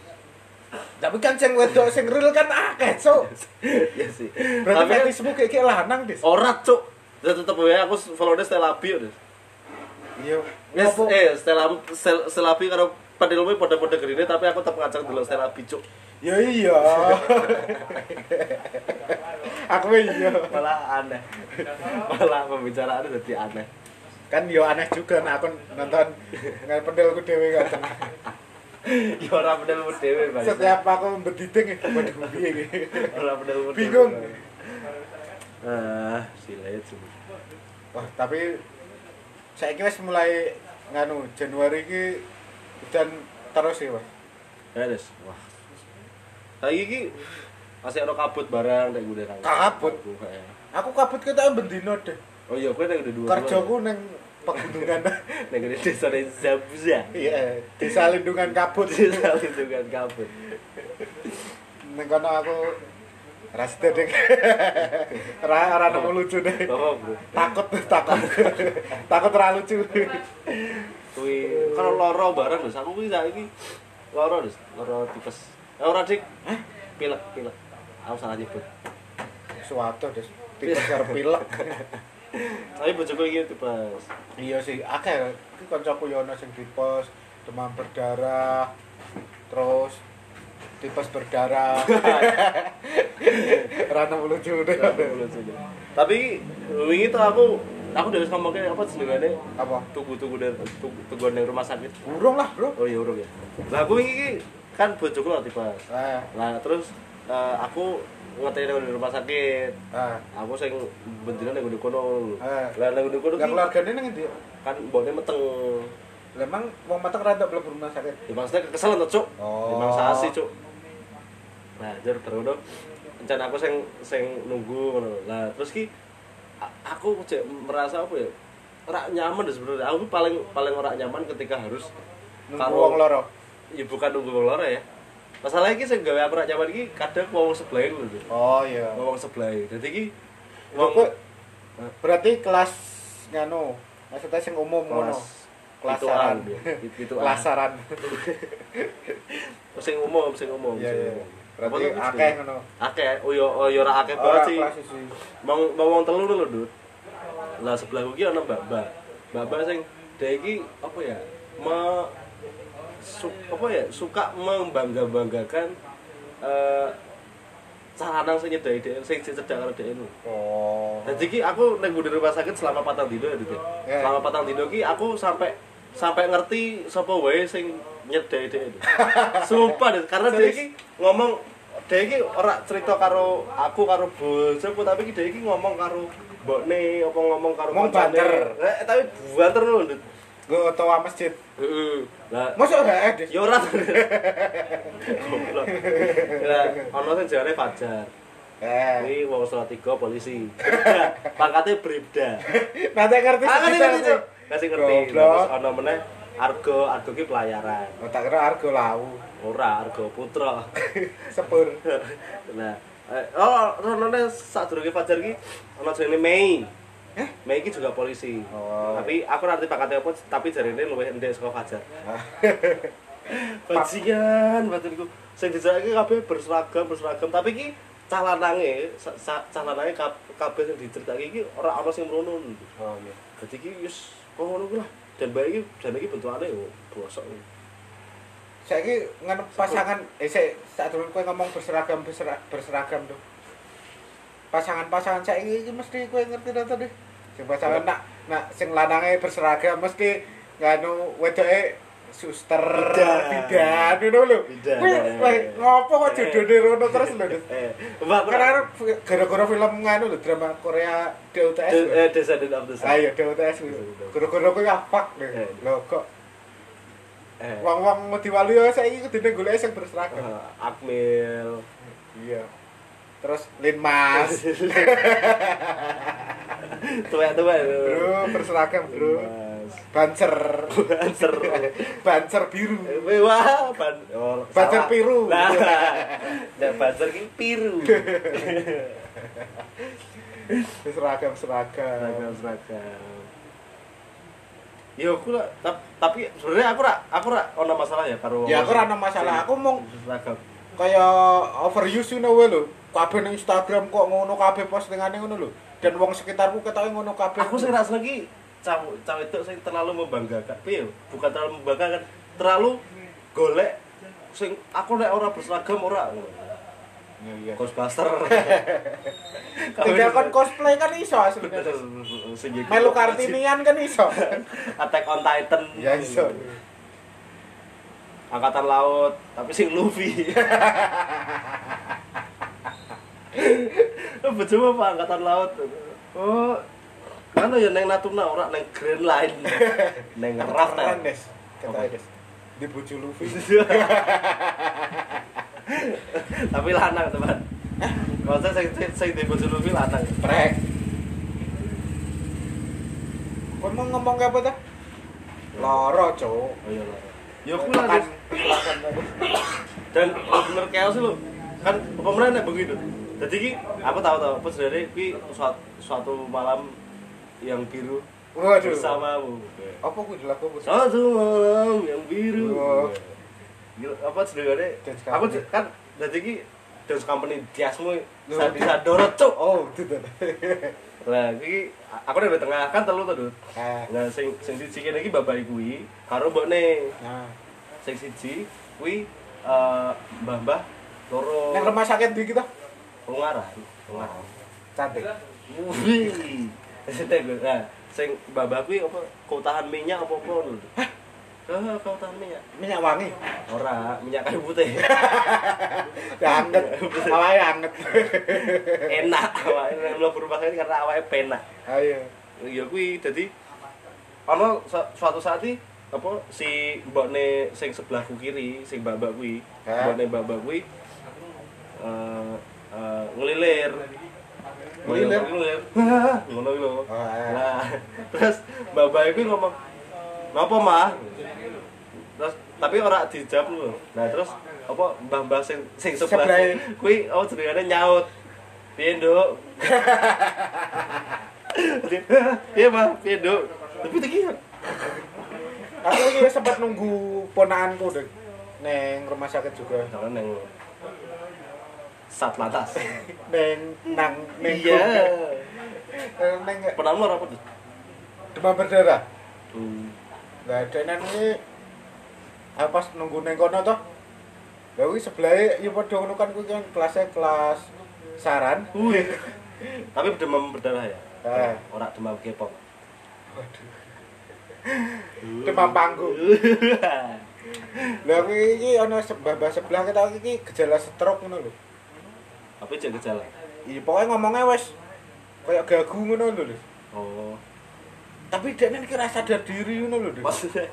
[SPEAKER 2] Tapi kan sing wedok sing real kan akeh, Cuk.
[SPEAKER 3] Iya sih.
[SPEAKER 2] Berarti
[SPEAKER 3] kan-
[SPEAKER 2] fetismu kayak kayak lanang, Dis.
[SPEAKER 3] Ora cuk. Ya tetep ya aku followernya Stella B ya.
[SPEAKER 2] Iya.
[SPEAKER 3] Yes,
[SPEAKER 2] Opo?
[SPEAKER 3] eh Stella Stel- Stella B karo Penelope pada-pada gerine tapi aku tetep ngajak dulu Stella B cuk.
[SPEAKER 2] Ya iya. aku iya.
[SPEAKER 3] Malah aneh. Malah pembicaraannya jadi aneh.
[SPEAKER 2] Kan yo aneh juga nek aku nonton ngal pendelku dhewe kan.
[SPEAKER 3] Ya ora penelmu dhewe, Bang.
[SPEAKER 2] Setiap aku mbediting waduh piye iki.
[SPEAKER 3] Ora penelmu. dhewe.
[SPEAKER 2] Bingung.
[SPEAKER 3] Ah, silet cuk.
[SPEAKER 2] Wah, tapi saiki wis mulai nganu Januari iki hujan terus ya, Mas.
[SPEAKER 3] Ya wis. Wah. Saiki iki masih ono kabut barang nek gue nang.
[SPEAKER 2] Kabut?
[SPEAKER 3] Kayak.
[SPEAKER 2] Aku kabut ketok bendino deh.
[SPEAKER 3] Oh iya, kowe nek udah dua.
[SPEAKER 2] Kerjaku nang pegunungan.
[SPEAKER 3] nek udah desa desa buza.
[SPEAKER 2] Iya, desa lindungan kabut.
[SPEAKER 3] Desa itu kan kabut.
[SPEAKER 2] Nang kono aku Rasta deh, Ra- ra nemu lucu deh.
[SPEAKER 3] Apa, Bro?
[SPEAKER 2] Takut, takut, takut ra lucu.
[SPEAKER 3] Kuwi kalau loro bareng lho, aku kuwi saiki loro lho, loro tipes. Eh ora dik. Hah? Pilek, pilek. Aku salah nyebut.
[SPEAKER 2] Suwato deh, tipe karo pilek.
[SPEAKER 3] Tapi bojoku iki tipes.
[SPEAKER 2] Iya sih, akeh. Ki kancaku yo ana sing tipes, demam berdarah, terus tipes berdarah. Rana lucu deh.
[SPEAKER 3] Tapi wingi tuh aku aku udah ngomong kayak apa jenengane
[SPEAKER 2] Apa?
[SPEAKER 3] tunggu-tunggu dari tunggu dari rumah sakit.
[SPEAKER 2] Burung lah, Bro.
[SPEAKER 3] Oh iya urung ya. Lah aku iki kan bojoku lah tipe.
[SPEAKER 2] Eh,
[SPEAKER 3] Lah terus eh, aku ngeteri nang di rumah sakit.
[SPEAKER 2] eh.
[SPEAKER 3] Aku sing bendina nang di kono.
[SPEAKER 2] Eh.
[SPEAKER 3] Lah nang di kono
[SPEAKER 2] Lah
[SPEAKER 3] ki
[SPEAKER 2] keluargane nang ndi?
[SPEAKER 3] kan mbokne meteng.
[SPEAKER 2] Lah emang wong mateng ra ndok mlebu rumah sakit.
[SPEAKER 3] Ya maksudnya kesel to, Cuk.
[SPEAKER 2] Oh.
[SPEAKER 3] Emang sasi, Cuk. Nah, jar terono encan aku sing sing nunggu ngono. Lah terus ki a- aku jek merasa apa ya? Ora nyaman deh sebenarnya. Aku paling paling ora nyaman ketika harus
[SPEAKER 2] Nunggu
[SPEAKER 3] karo-
[SPEAKER 2] wong loro.
[SPEAKER 3] ya bukan nunggu wong loro ya. Masalahnya ki sing gawe aku ora nyaman iki kadang wong sebelah lho. Cuk.
[SPEAKER 2] Oh iya.
[SPEAKER 3] Wong sebelah. Dadi ki
[SPEAKER 2] Lho
[SPEAKER 3] wong
[SPEAKER 2] kok berarti kelas nganu, maksudnya sing umum ngono.
[SPEAKER 3] kelas
[SPEAKER 2] Kelasaran.
[SPEAKER 3] itu
[SPEAKER 2] Kelasaran.
[SPEAKER 3] sing umum sing umum
[SPEAKER 2] Iya,
[SPEAKER 3] sing
[SPEAKER 2] iya.
[SPEAKER 3] umum. Apa
[SPEAKER 2] Berarti
[SPEAKER 3] tuh, Mas?
[SPEAKER 2] akeh ngono.
[SPEAKER 3] akeh oh yo oh yo ora akeh banget
[SPEAKER 2] Ora
[SPEAKER 3] sih
[SPEAKER 2] kelas sih.
[SPEAKER 3] mau mau wong telu lho Dut lah sebelah iki ana mbak-mbak mbak-mbak sing dhek iki apa ya me su- apa ya suka membangga-banggakan eh sarana sing nyedai dhek sing cedak karo dhek lho
[SPEAKER 2] Oh.
[SPEAKER 3] Jadi ki aku nang di rumah sakit selama patang dino ya Dut. ya.
[SPEAKER 2] Ya.
[SPEAKER 3] Selama patang dino ki aku sampai sampai ngerti sapa wae sing nyedek dhek. Dut. Sumpah Dut, karena dia ki ngomong dia ki ora cerita karo aku karo bojoku tapi ki dia ki ngomong karo mbokne apa ngomong karo
[SPEAKER 2] Ngomong
[SPEAKER 3] koncone.
[SPEAKER 2] banter.
[SPEAKER 3] Eh, tapi banter lho. Dut.
[SPEAKER 2] Gue toa masjid. eh,
[SPEAKER 3] Heeh. Lah
[SPEAKER 2] Masuk gak ada?
[SPEAKER 3] Ya ora. Goblok. Lah ana sing jarane Fajar.
[SPEAKER 2] Eh.
[SPEAKER 3] Ini wong Surat tiga polisi. Pangkatnya bribda.
[SPEAKER 2] Nanti ngerti
[SPEAKER 3] Ah, ngerti,
[SPEAKER 2] sekitar
[SPEAKER 3] ngerti,
[SPEAKER 2] sih.
[SPEAKER 3] Cuk. Ngerti, ngerti. Terus
[SPEAKER 2] Goblok.
[SPEAKER 3] ana meneh argo, argo ki pelayaran.
[SPEAKER 2] Oh, tak kira argo lau.
[SPEAKER 3] Ora argo putra.
[SPEAKER 2] Sepur.
[SPEAKER 3] nah, eh, oh, ronone sadurunge Fajar ki ana jenenge Mei. Mei ki juga polisi.
[SPEAKER 2] Oh.
[SPEAKER 3] Tapi aku nanti pangkatnya apa, tapi jarine luwih entek saka Fajar.
[SPEAKER 2] Ah.
[SPEAKER 3] Bajingan batinku. Sing dijajaki kabeh berseragam, berseragam, tapi ki cah lanange, sa- sa- cah lanange kab- kabeh sing diceritake iki ora ana sing mrono.
[SPEAKER 2] Oh iya.
[SPEAKER 3] Jadi ki wis kok ngono ku lah. Dan bae iki dan iki bentukane yo bosok.
[SPEAKER 2] Saiki ngan pasangan eh sik sak durung kowe ngomong berseragam bersera- berseragam tuh. Pasangan-pasangan saiki iki mesti kowe ngerti ra to, Dik? Sing pasangan nak nak sing lanange berseragam mesti nganu wedoke suster bidan
[SPEAKER 3] Bidan.
[SPEAKER 2] ngono lho.
[SPEAKER 3] Bidan.
[SPEAKER 2] Kuwi weh, ngopo kok
[SPEAKER 3] Eh.
[SPEAKER 2] judulnya rono terus lho. Dik?
[SPEAKER 3] Eh, Mbak
[SPEAKER 2] Karena gara-gara film nganu lho drama Korea DOTS. lho.
[SPEAKER 3] De-
[SPEAKER 2] Ah,
[SPEAKER 3] eh, Descendant of the Sun.
[SPEAKER 2] Ayo DOTS lho. Gara-gara kowe ngapak lho.
[SPEAKER 3] Eh.
[SPEAKER 2] Lho kok
[SPEAKER 3] Eh,
[SPEAKER 2] wong-wong mau diwali ya saiki kudune golek sing berseragam.
[SPEAKER 3] eh, Akmil.
[SPEAKER 2] Iya. Terus Linmas.
[SPEAKER 3] Tuwek-tuwek.
[SPEAKER 2] bro, berseragam, Bro.
[SPEAKER 3] Mas.
[SPEAKER 2] Banser.
[SPEAKER 3] Banser.
[SPEAKER 2] Banser biru.
[SPEAKER 3] Eh, Wah, ban oh,
[SPEAKER 2] Banser
[SPEAKER 3] salah.
[SPEAKER 2] piru.
[SPEAKER 3] Nah, nah, banser ki piru.
[SPEAKER 2] Seragam-seragam.
[SPEAKER 3] Seragam-seragam. Ya aku lah, tap- tapi sebenarnya aku rak aku rak ono masalah ya karo
[SPEAKER 2] Ya aku ora ono masalah. Aku mung
[SPEAKER 3] seragam.
[SPEAKER 2] kaya overuse ngono wae lho. Kabeh ning Instagram kok ngono kabeh postingane ngono lho. Dan wong sekitarku ketoke ngono kabeh.
[SPEAKER 3] Aku sing rasa lagi cawe cawe itu sing terlalu membanggakan. Piye? Bukan terlalu membanggakan, terlalu golek sing aku nek ora berseragam ora
[SPEAKER 2] Ya, iya.
[SPEAKER 3] Ghostbuster.
[SPEAKER 2] Tinggal kon cosplay kan iso asline. Melu Kartinian kan iso.
[SPEAKER 3] Attack on Titan.
[SPEAKER 2] Ya iso.
[SPEAKER 3] Angkatan laut, tapi sing Luffy. Bejo apa angkatan laut? Oh, mana ya neng Natuna ora neng Grand Line. Neng
[SPEAKER 2] Keren,
[SPEAKER 3] Raftel.
[SPEAKER 2] Des. Ketoke, Des. Di bojo Luffy.
[SPEAKER 3] tapi lanang, teman. Maksudnya sing sing sing di Bojo Luffy lanang.
[SPEAKER 2] Prek. Kon mau ngomong apa ta? Loro, Cuk.
[SPEAKER 3] Oh iya lah. Ya aku lah Des.
[SPEAKER 2] Tekan tadi.
[SPEAKER 3] dan bener chaos lho kan pemeran nek begitu jadi ki aku tahu tahu pas dari ki suatu, suatu malam yang biru
[SPEAKER 2] Waduh.
[SPEAKER 3] bersamamu
[SPEAKER 2] Apa kuwi dilakukan?
[SPEAKER 3] suatu malam yang biru
[SPEAKER 2] Wah.
[SPEAKER 3] Gila, apa sedengarnya
[SPEAKER 2] Oh. Dance
[SPEAKER 3] aku
[SPEAKER 2] company.
[SPEAKER 3] j- kan jadi ki dance company diasmu
[SPEAKER 2] Loh.
[SPEAKER 3] bisa bisa dorot cuk
[SPEAKER 2] Oh, itu tuh.
[SPEAKER 3] lah ki aku udah di tengah kan telu tuh Dut.
[SPEAKER 2] Nah.
[SPEAKER 3] nah sing sing siji kene iki bapak kuwi karo mbokne
[SPEAKER 2] Nah,
[SPEAKER 3] sing siji kuwi eh, mbah-mbah loro
[SPEAKER 2] Nek rumah sakit di kita
[SPEAKER 3] Ungaran, Ungaran.
[SPEAKER 2] cantik.
[SPEAKER 3] Wih. Sete gue. Nah, sing babak kuwi apa keutahan minyak apa apa ngono. Hah? Eh, keutahan minyak.
[SPEAKER 2] Minyak wangi.
[SPEAKER 3] Ora, minyak kayu putih.
[SPEAKER 2] Ya anget. Awake anget.
[SPEAKER 3] Enak awake nek mlebu rumah sakit karena awake penak.
[SPEAKER 2] Ayo.
[SPEAKER 3] Ya kuwi dadi ana su- suatu saat iki apa si mbokne sing sebelahku kiri, sing babak kuwi,
[SPEAKER 2] Hah?
[SPEAKER 3] mbokne babak kuwi eh eh, ngelilir.
[SPEAKER 2] Ngelilir?
[SPEAKER 3] Ngelilir. Wah, Ngono kuwi lho.
[SPEAKER 2] Oh, ayo.
[SPEAKER 3] Nah, terus Mbak Bayu itu ngomong, "Napa, Mah?" Terus tapi ora dijawab lho. Nah, terus apa Mbah Mbah sing sing sebelah
[SPEAKER 2] Sebelah.
[SPEAKER 3] kuwi oh jenengane nyaut. Piye, Nduk? Iya, Mah, piye, Nduk? Tapi iki
[SPEAKER 2] Aku iki sempat nunggu ponakanku deh. Neng rumah sakit juga.
[SPEAKER 3] jangan neng Satlantas.
[SPEAKER 2] Neng nang neng
[SPEAKER 3] Iya.
[SPEAKER 2] Eh, Neng
[SPEAKER 3] Pernah lu apa, Dut?
[SPEAKER 2] demam berdarah.
[SPEAKER 3] Hmm.
[SPEAKER 2] Lah denen iki aku pas nunggu neng kono toh. Lah kuwi sebelahe ya padha ngono kan kuwi kan kelasnya kelas saran.
[SPEAKER 3] Wih. Tapi demam berdarah ya.
[SPEAKER 2] Eh.
[SPEAKER 3] Ora demam K-pop.
[SPEAKER 2] Demam panggung. Lah kuwi iki ana sebab sebelah kita iki gejala stroke ngono lho.
[SPEAKER 3] Tapi cek gejala.
[SPEAKER 2] Iya pokoknya ngomongnya wes kayak gagu ngono lho. Lis.
[SPEAKER 3] Oh.
[SPEAKER 2] Tapi dia ini kira sadar diri ngono lho. Lis.
[SPEAKER 3] maksudnya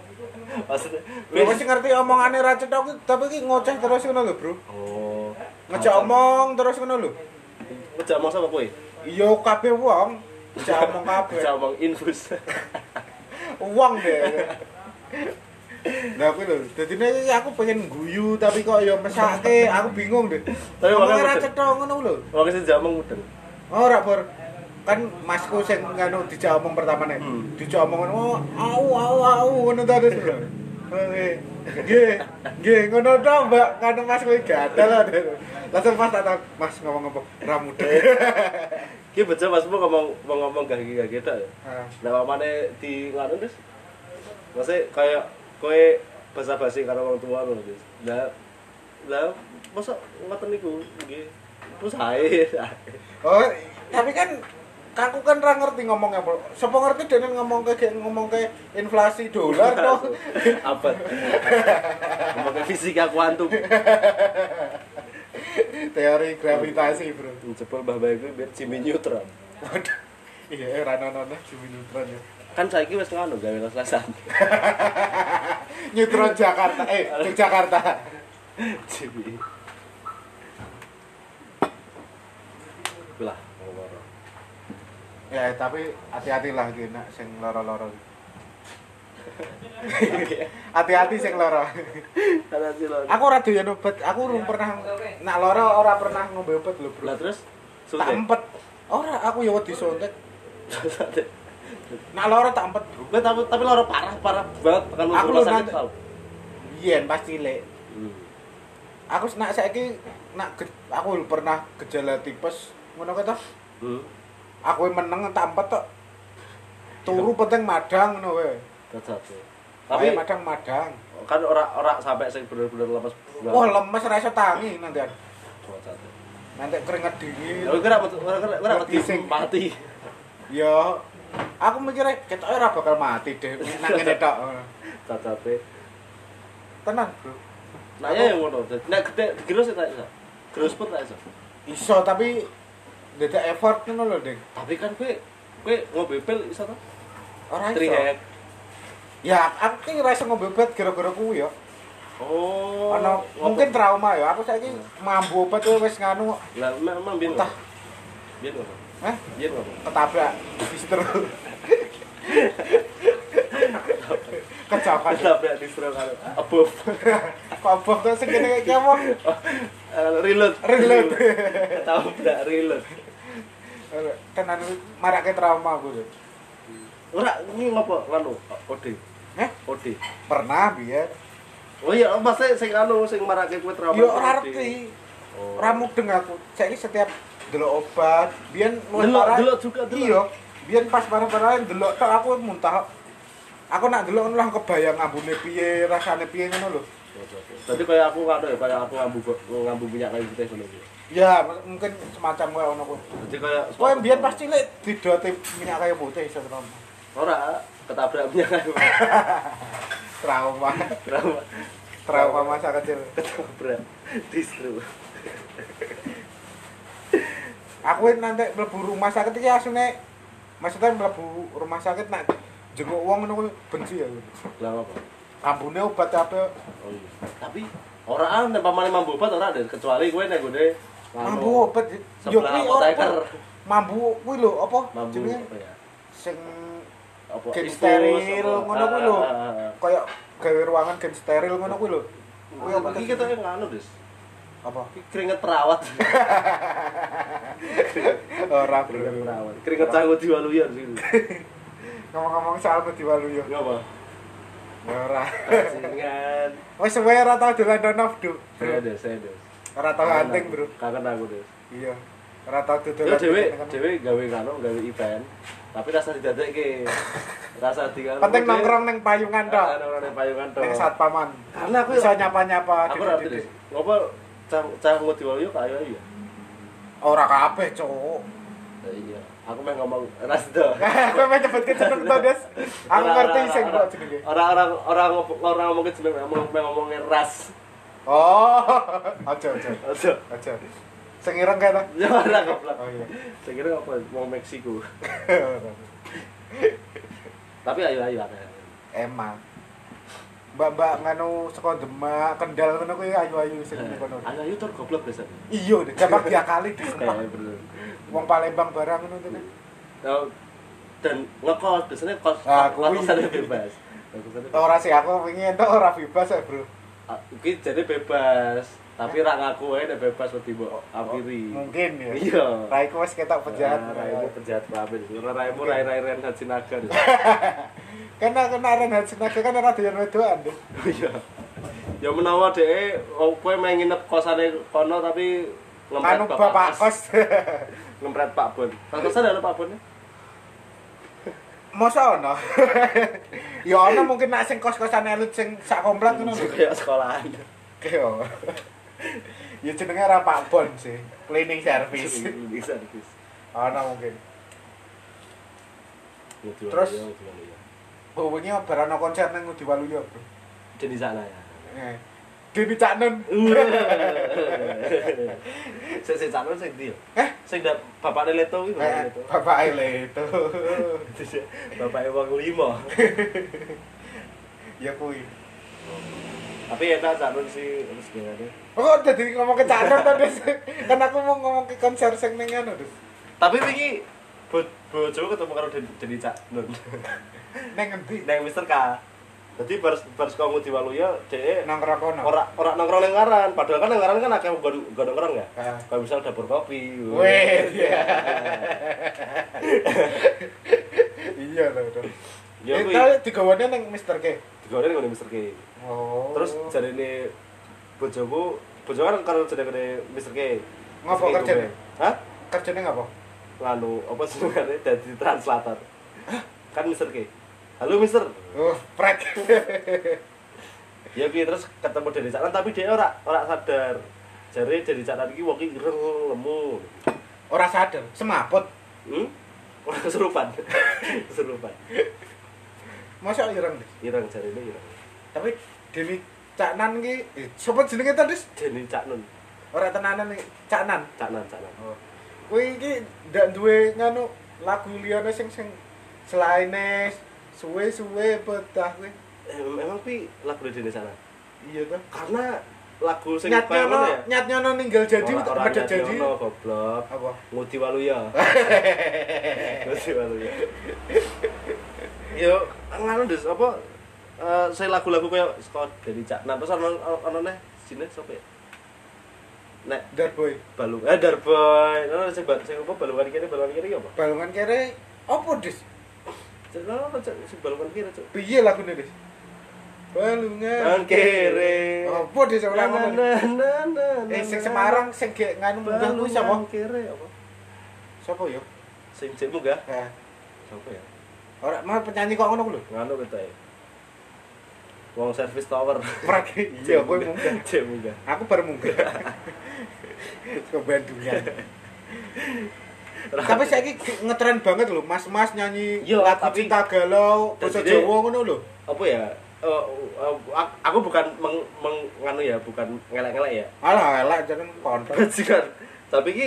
[SPEAKER 3] maksudnya
[SPEAKER 2] Lho wes ngerti omongannya ra cetok ki, tapi ki ngoceh terus ngono lho, Bro.
[SPEAKER 3] oh
[SPEAKER 2] Ngejak omong terus ngono lho.
[SPEAKER 3] ngejak omong sama kue
[SPEAKER 2] Iya kabeh wong ngejak omong kabeh.
[SPEAKER 3] ngejak omong infus
[SPEAKER 2] Uang deh. Nah, aku lho, dadine iki aku pengen guyu tapi kok ya mesake, aku bingung deh.
[SPEAKER 3] Tapi
[SPEAKER 2] Tapi
[SPEAKER 3] makanya
[SPEAKER 2] ora
[SPEAKER 3] bener.
[SPEAKER 2] cetok ngono lho.
[SPEAKER 3] kalau kesini ngejak omong mudeng
[SPEAKER 2] Ora, Bor. Oh, Kan masku sing nganu dijak omong pertama nek.
[SPEAKER 3] Hmm.
[SPEAKER 2] Dijak omong ngono, oh, au au au ngono ta terus. lho. Oke. Nggih, nggih ngono ta, Mbak. Kan mas kowe gatel lah. Langsung pas tak tak- Mas ngomong apa? Ra mudeng.
[SPEAKER 3] Ki baca mas mau ngomong mau ngomong gak gak gitu ya
[SPEAKER 2] Ah,
[SPEAKER 3] nah mamane di nganu terus maksudnya kayak kue basa basi karena orang tua loh terus nah lah masa ngoten niku nggih terus ae
[SPEAKER 2] Oh, tapi kan aku kan ra ngerti ngomongnya, Bro. Sopo ngerti dene ngomong ke ngomong ke inflasi dolar toh.
[SPEAKER 3] apa ngomong fisika kuantum
[SPEAKER 2] Teori gravitasi, Bro.
[SPEAKER 3] jebol mbah bae kuwi biar Jimmy Neutron
[SPEAKER 2] Waduh. Iya, ra nono Jimmy Neutron ya.
[SPEAKER 3] kan saiki wis ngono gawe les-lesan
[SPEAKER 2] Neutron Jakarta, eh Yogyakarta.
[SPEAKER 3] Jimmy lah ngomong
[SPEAKER 2] Ya, tapi hati-hatilah iki nak sing loro-loro. Hati-hati sing lara.
[SPEAKER 3] Ada sih lho.
[SPEAKER 2] Aku ora doyan obat, aku belum pernah nak lara ora pernah ngombe obat lho, Bro.
[SPEAKER 3] Lah terus
[SPEAKER 2] Tak
[SPEAKER 3] suntik.
[SPEAKER 2] empet. Ora, aku ya wedi suntik.
[SPEAKER 3] Suntik.
[SPEAKER 2] Nak lara tak empet, Bro.
[SPEAKER 3] Lah, tapi tapi lara parah parah banget kalau
[SPEAKER 2] Aku
[SPEAKER 3] rumah
[SPEAKER 2] lho
[SPEAKER 3] sakit
[SPEAKER 2] nanti-
[SPEAKER 3] tau.
[SPEAKER 2] Biyen pas cilik.
[SPEAKER 3] Hmm.
[SPEAKER 2] Aku nak saiki nak ge- aku lho pernah gejala tipes ngono kae toh.
[SPEAKER 3] Hmm.
[SPEAKER 2] Aku meneng tak empet tok. Turu penting madang ngono wae.
[SPEAKER 3] Tetap. sih.
[SPEAKER 2] Tapi
[SPEAKER 3] Tapi
[SPEAKER 2] madang madang.
[SPEAKER 3] kan ora-ora sampai sing bener-bener lemes. banget.
[SPEAKER 2] Wah, lemes ra iso tangi nanti.
[SPEAKER 3] Dua satu.
[SPEAKER 2] Nanti keringet dingin.
[SPEAKER 3] Aku kira metu- kira kira kira
[SPEAKER 2] Mati sing.
[SPEAKER 3] mati mati.
[SPEAKER 2] Ya, aku mikirnya ketoknya ora bakal mati deh. Nang ngene tok.
[SPEAKER 3] Cacape.
[SPEAKER 2] Tenang, Bro.
[SPEAKER 3] Nanya yang ngono. Jadi, Nek gede gerus ya tak iso. Gerus pun tak iso.
[SPEAKER 2] Iso tapi dadak effort ngono lho, Ding.
[SPEAKER 3] Tapi kan kowe kowe ngombe pil iso ta?
[SPEAKER 2] Ora iso.
[SPEAKER 3] Trihack.
[SPEAKER 2] Ya, aku ki ora iso ngombe obat gara-gara kuwi ya.
[SPEAKER 3] Oh.
[SPEAKER 2] Ono
[SPEAKER 3] ngopo-
[SPEAKER 2] mungkin trauma ya. Aku saiki mambu obat ya wis nganu
[SPEAKER 3] lah memang biyen.
[SPEAKER 2] Entah.
[SPEAKER 3] Biyen ngono.
[SPEAKER 2] eh
[SPEAKER 3] Biyen ngono.
[SPEAKER 2] ketabrak distro. Kecapaan.
[SPEAKER 3] Ketabrak di stroke karo above.
[SPEAKER 2] Kok bob tuh sing kene iki apa?
[SPEAKER 3] Eh, Reload.
[SPEAKER 2] Reload.
[SPEAKER 3] Ketabrak reload.
[SPEAKER 2] Tenan marake trauma aku. Ding.
[SPEAKER 3] Ora ngopo lanu OD.
[SPEAKER 2] Eh,
[SPEAKER 3] OD.
[SPEAKER 2] pernah biar.
[SPEAKER 3] Oh iya, mas sing anu sing marake kowe trauma.
[SPEAKER 2] Yo ora
[SPEAKER 3] OD.
[SPEAKER 2] ngerti.
[SPEAKER 3] Oh.
[SPEAKER 2] ora mudeng aku saiki setiap delok obat biyen luwih
[SPEAKER 3] Delok-
[SPEAKER 2] parah-
[SPEAKER 3] delok juga, delok.
[SPEAKER 2] iya biyen pas parah-parah delok tok aku muntah aku nak delok ngono lah kebayang ambune piye rasane piye ngono lho
[SPEAKER 3] Tadi kayak aku kado ya, kayak aku ngambu ngambu minyak kayu putih ngono gitu.
[SPEAKER 2] ya m- mungkin semacam kowe ono kuwi
[SPEAKER 3] Jadi kayak
[SPEAKER 2] kowe biyen pas cilik didoti minyak kayu putih iso trauma
[SPEAKER 3] ora ketabrak minyak kayu
[SPEAKER 2] trauma
[SPEAKER 3] drama
[SPEAKER 2] trauma masa kecil
[SPEAKER 3] ketabrak distro.
[SPEAKER 2] aku ini nanti mlebu rumah sakit iki asune maksudnya mlebu rumah sakit nak jenguk wong ngono kuwi benci ya
[SPEAKER 3] Lah apa?
[SPEAKER 2] ambune obat apa
[SPEAKER 3] Oh iya. Tapi ora ana pamane mambu obat ora ada kecuali kowe nek gone
[SPEAKER 2] mambu obat yo
[SPEAKER 3] sebelah
[SPEAKER 2] kuwi ora
[SPEAKER 3] apoteker.
[SPEAKER 2] mambu kuwi lho apa
[SPEAKER 3] Mambu
[SPEAKER 2] jenenge?
[SPEAKER 3] apa ya?
[SPEAKER 2] sing
[SPEAKER 3] Apa
[SPEAKER 2] Gen
[SPEAKER 3] infus,
[SPEAKER 2] steril,
[SPEAKER 3] apa-
[SPEAKER 2] ngono kuwi
[SPEAKER 3] Ah,
[SPEAKER 2] lho.
[SPEAKER 3] ah, ah, ah.
[SPEAKER 2] kaya gawe ruangan gen steril ngono kuwi lho Kuwi apa
[SPEAKER 3] Iki kita yang anu, Des.
[SPEAKER 2] apa
[SPEAKER 3] Iki Keringet perawat.
[SPEAKER 2] ora
[SPEAKER 3] Keringet
[SPEAKER 2] bro
[SPEAKER 3] perawat. Keringet ya, canggut diwaluyan sih.
[SPEAKER 2] ngomong-ngomong soal Budi Waluyo
[SPEAKER 3] Ngapa?
[SPEAKER 2] ya ora
[SPEAKER 3] Kacingan.
[SPEAKER 2] wis suwe ora tau dolan donof Duk. bro
[SPEAKER 3] Saya Des, saya Des.
[SPEAKER 2] ora tau
[SPEAKER 3] Kangen
[SPEAKER 2] hunting
[SPEAKER 3] aku.
[SPEAKER 2] bro
[SPEAKER 3] kangen aku deh
[SPEAKER 2] iya ora tau
[SPEAKER 3] ya
[SPEAKER 2] dodolan
[SPEAKER 3] dewe dewe gawe kano gawe event tapi rasa didadak ke rasa di kano
[SPEAKER 2] penting
[SPEAKER 3] dewe-
[SPEAKER 2] nongkrong ning payungan tok
[SPEAKER 3] Ah, nongkrong ning payungan tok
[SPEAKER 2] ning satpaman
[SPEAKER 3] karena aku
[SPEAKER 2] bisa nyapa-nyapa
[SPEAKER 3] aku rapi deh
[SPEAKER 2] didik-didik.
[SPEAKER 3] ngopo cah cah mau diwalu yuk ayo ayo
[SPEAKER 2] ora kabeh cuk
[SPEAKER 3] Eh, iya aku main ngomong rasdo
[SPEAKER 2] Kowe mau nyebut ke jeneng to, Des? Aku ngerti sing kok jenenge.
[SPEAKER 3] orang-orang orang ngomong orang ngomong ke jeneng ngomong main ngomongin ras
[SPEAKER 2] Oh. Aja, aja.
[SPEAKER 3] aja
[SPEAKER 2] Aja. Sing ireng kae ta?
[SPEAKER 3] ya orang goblok
[SPEAKER 2] Oh iya.
[SPEAKER 3] saya kira apa mau Meksiko tapi ayo ayo ayo.
[SPEAKER 2] Emang. Mbak-mbak nganu saka Demak, Kendal ngono kuwi ayu-ayu sing
[SPEAKER 3] Eh,
[SPEAKER 2] kono.
[SPEAKER 3] ayo ayo tur goblok biasanya
[SPEAKER 2] Iya, Des. Jamak dia kali di
[SPEAKER 3] Eh, bener.
[SPEAKER 2] Wong Palembang barang ngono tuh.
[SPEAKER 3] Nah, dan ngekos biasanya kos
[SPEAKER 2] Ah,
[SPEAKER 3] kos-
[SPEAKER 2] kuwi.
[SPEAKER 3] kosannya bebas Kosannya bebas.
[SPEAKER 2] Ora sih aku pengen entuk ora bebas ya, Bro.
[SPEAKER 3] Ah, iki jadi bebas tapi rak ngaku ae nek bebas wedi mbok ampiri
[SPEAKER 2] Mungkin ya.
[SPEAKER 3] Iya.
[SPEAKER 2] Raiku wis ketok penjahat.
[SPEAKER 3] Ah, raimu penjahat pamit ora raimu rai rai rai haji naga
[SPEAKER 2] Kena kena Ren Hatsinaga kan ora doyan wedokan, Des.
[SPEAKER 3] iya ya menawa dhek kowe main nginep kosane kono tapi
[SPEAKER 2] Anu
[SPEAKER 3] ngempret
[SPEAKER 2] bapak kos.
[SPEAKER 3] ngempret Pak Bon Pak kosan ada Pak Bon
[SPEAKER 2] Masa ono? ya ono mungkin nak sing kos-kosan elit sing sak komplek ngono lho.
[SPEAKER 3] kayak sekolahan
[SPEAKER 2] Oke, yo. Ya jenenge ra Pak Bon sih, cleaning service.
[SPEAKER 3] bisa bisa
[SPEAKER 2] ono mungkin. Terus? Oh, wingi bar ono konser nang Ngudi Waluyo, Bro.
[SPEAKER 3] jadi sana ya
[SPEAKER 2] Eh. Deni Cak Nun.
[SPEAKER 3] Sik sik calon sing ndi?
[SPEAKER 2] Eh?
[SPEAKER 3] Sing ndak bapakne Leto kuwi
[SPEAKER 2] Eh,
[SPEAKER 3] bapakne Leto.
[SPEAKER 2] bapake le itu.
[SPEAKER 3] Bapaknya wong lima.
[SPEAKER 2] ya kuwi.
[SPEAKER 3] Tapi enak calon sih terus gimana?
[SPEAKER 2] Oh, kok jadi ngomong ke Cak Nun to, Des? Kan aku mau ngomong ke konser sing ning ngono, Des.
[SPEAKER 3] Tapi iki bo- bojo ketemu karo Den Deni Cak Nun.
[SPEAKER 2] Neng ngendi?
[SPEAKER 3] Nang Mister K. Dadi bar bar saka Ngudi Waluya dhek
[SPEAKER 2] Nongkrong kono.
[SPEAKER 3] ora ora nongkrong ning ngaran, padahal kan ning ngaran kan akeh nggon nggon nongkrong ya.
[SPEAKER 2] Ah.
[SPEAKER 3] Kayak misal dapur kopi.
[SPEAKER 2] Weh, iya. Iya lho. Dok.
[SPEAKER 3] Ya
[SPEAKER 2] Eh,
[SPEAKER 3] kuwi
[SPEAKER 2] tapi digawane neng Mister K.
[SPEAKER 3] digoreng ngene Mister K.
[SPEAKER 2] Oh.
[SPEAKER 3] Terus jarine bojoku, bojo kan karo jenenge Mister K.
[SPEAKER 2] Ngapa
[SPEAKER 3] Mister K
[SPEAKER 2] kerjane?
[SPEAKER 3] kuwi. Hah?
[SPEAKER 2] kerjane ngapa?
[SPEAKER 3] Lalu apa sebenarnya dadi translator. Kan Mister K. Halo Mister,
[SPEAKER 2] Oh, prek.
[SPEAKER 3] ya kuwi terus ketemu dari Caknan tapi dia ora ora sadar. Jare dari Caknan iki wong iki ireng lemu.
[SPEAKER 2] Ora sadar, semaput.
[SPEAKER 3] Hmm? Ora kesurupan. kesurupan.
[SPEAKER 2] Masa ireng Dis?
[SPEAKER 3] Ireng jarine ireng.
[SPEAKER 2] Tapi Deni Caknan ki, eh, sapa jenenge tadi? Dis?
[SPEAKER 3] Dene Caknun,
[SPEAKER 2] Ora tenanan iki, Caknan.
[SPEAKER 3] Caknan, Caknan.
[SPEAKER 2] Oh. Kuwi iki ndak duwe nganu lagu liyane sing sing selaine suwe-suwe betah kuwi.
[SPEAKER 3] Em- Emang kuwi lagu Dene Caknan.
[SPEAKER 2] Iya ta.
[SPEAKER 3] Karena lagu sing
[SPEAKER 2] Nyatnya
[SPEAKER 3] baru
[SPEAKER 2] no,
[SPEAKER 3] ya.
[SPEAKER 2] nyatnya no ninggal jadi
[SPEAKER 3] Ora- ora
[SPEAKER 2] ada
[SPEAKER 3] niat
[SPEAKER 2] jadi.
[SPEAKER 3] nyono, goblok.
[SPEAKER 2] Apa?
[SPEAKER 3] Ngudi Waluya. Ngudi Waluya. Yo, nganu Des, apa eh, saya lagu-lagu kayak Scott dari Cak. Nah, terus ono ono neh sini sapa ya? Nek
[SPEAKER 2] Dar boy.
[SPEAKER 3] Balung, eh Darboy. Ono nah, sing ba- sing apa balungan kiri, balungan kiri apa?
[SPEAKER 2] Balungan kere opo dis?
[SPEAKER 3] Cek ono cek nah, sing balungan kiri cek.
[SPEAKER 2] Piye lagune dis? Balungan
[SPEAKER 3] Balungan kiri.
[SPEAKER 2] Opo dis ora
[SPEAKER 3] Na,
[SPEAKER 2] ngono.
[SPEAKER 3] na, na, na, na,
[SPEAKER 2] Eh sing
[SPEAKER 3] na.
[SPEAKER 2] Semarang sing gek nganu munggah kuwi
[SPEAKER 3] Balungan
[SPEAKER 2] sapa?
[SPEAKER 3] nah, kiri apa?
[SPEAKER 2] Sapa yo?
[SPEAKER 3] Sing sing munggah.
[SPEAKER 2] Nah,
[SPEAKER 3] Sapa ya?
[SPEAKER 2] ora mah penyanyi kok ngono ku lho.
[SPEAKER 3] Nganu kita ya. Wong service tower.
[SPEAKER 2] Prak. Iya, kowe munggah.
[SPEAKER 3] Cek munggah.
[SPEAKER 2] Aku baru munggah. Ke Bandungan. tapi saya ngetren banget loh mas-mas nyanyi
[SPEAKER 3] Yo,
[SPEAKER 2] lagu
[SPEAKER 3] tapi-
[SPEAKER 2] cinta galau
[SPEAKER 3] Dan
[SPEAKER 2] bahasa
[SPEAKER 3] jadi-
[SPEAKER 2] Jawa ngono lho
[SPEAKER 3] apa ya? eh, eh, ak- aku bukan meng, meng- nganu ya, bukan ngelek-ngelek ya.
[SPEAKER 2] alah elak jangan kontol
[SPEAKER 3] Bajingan. Tapi ki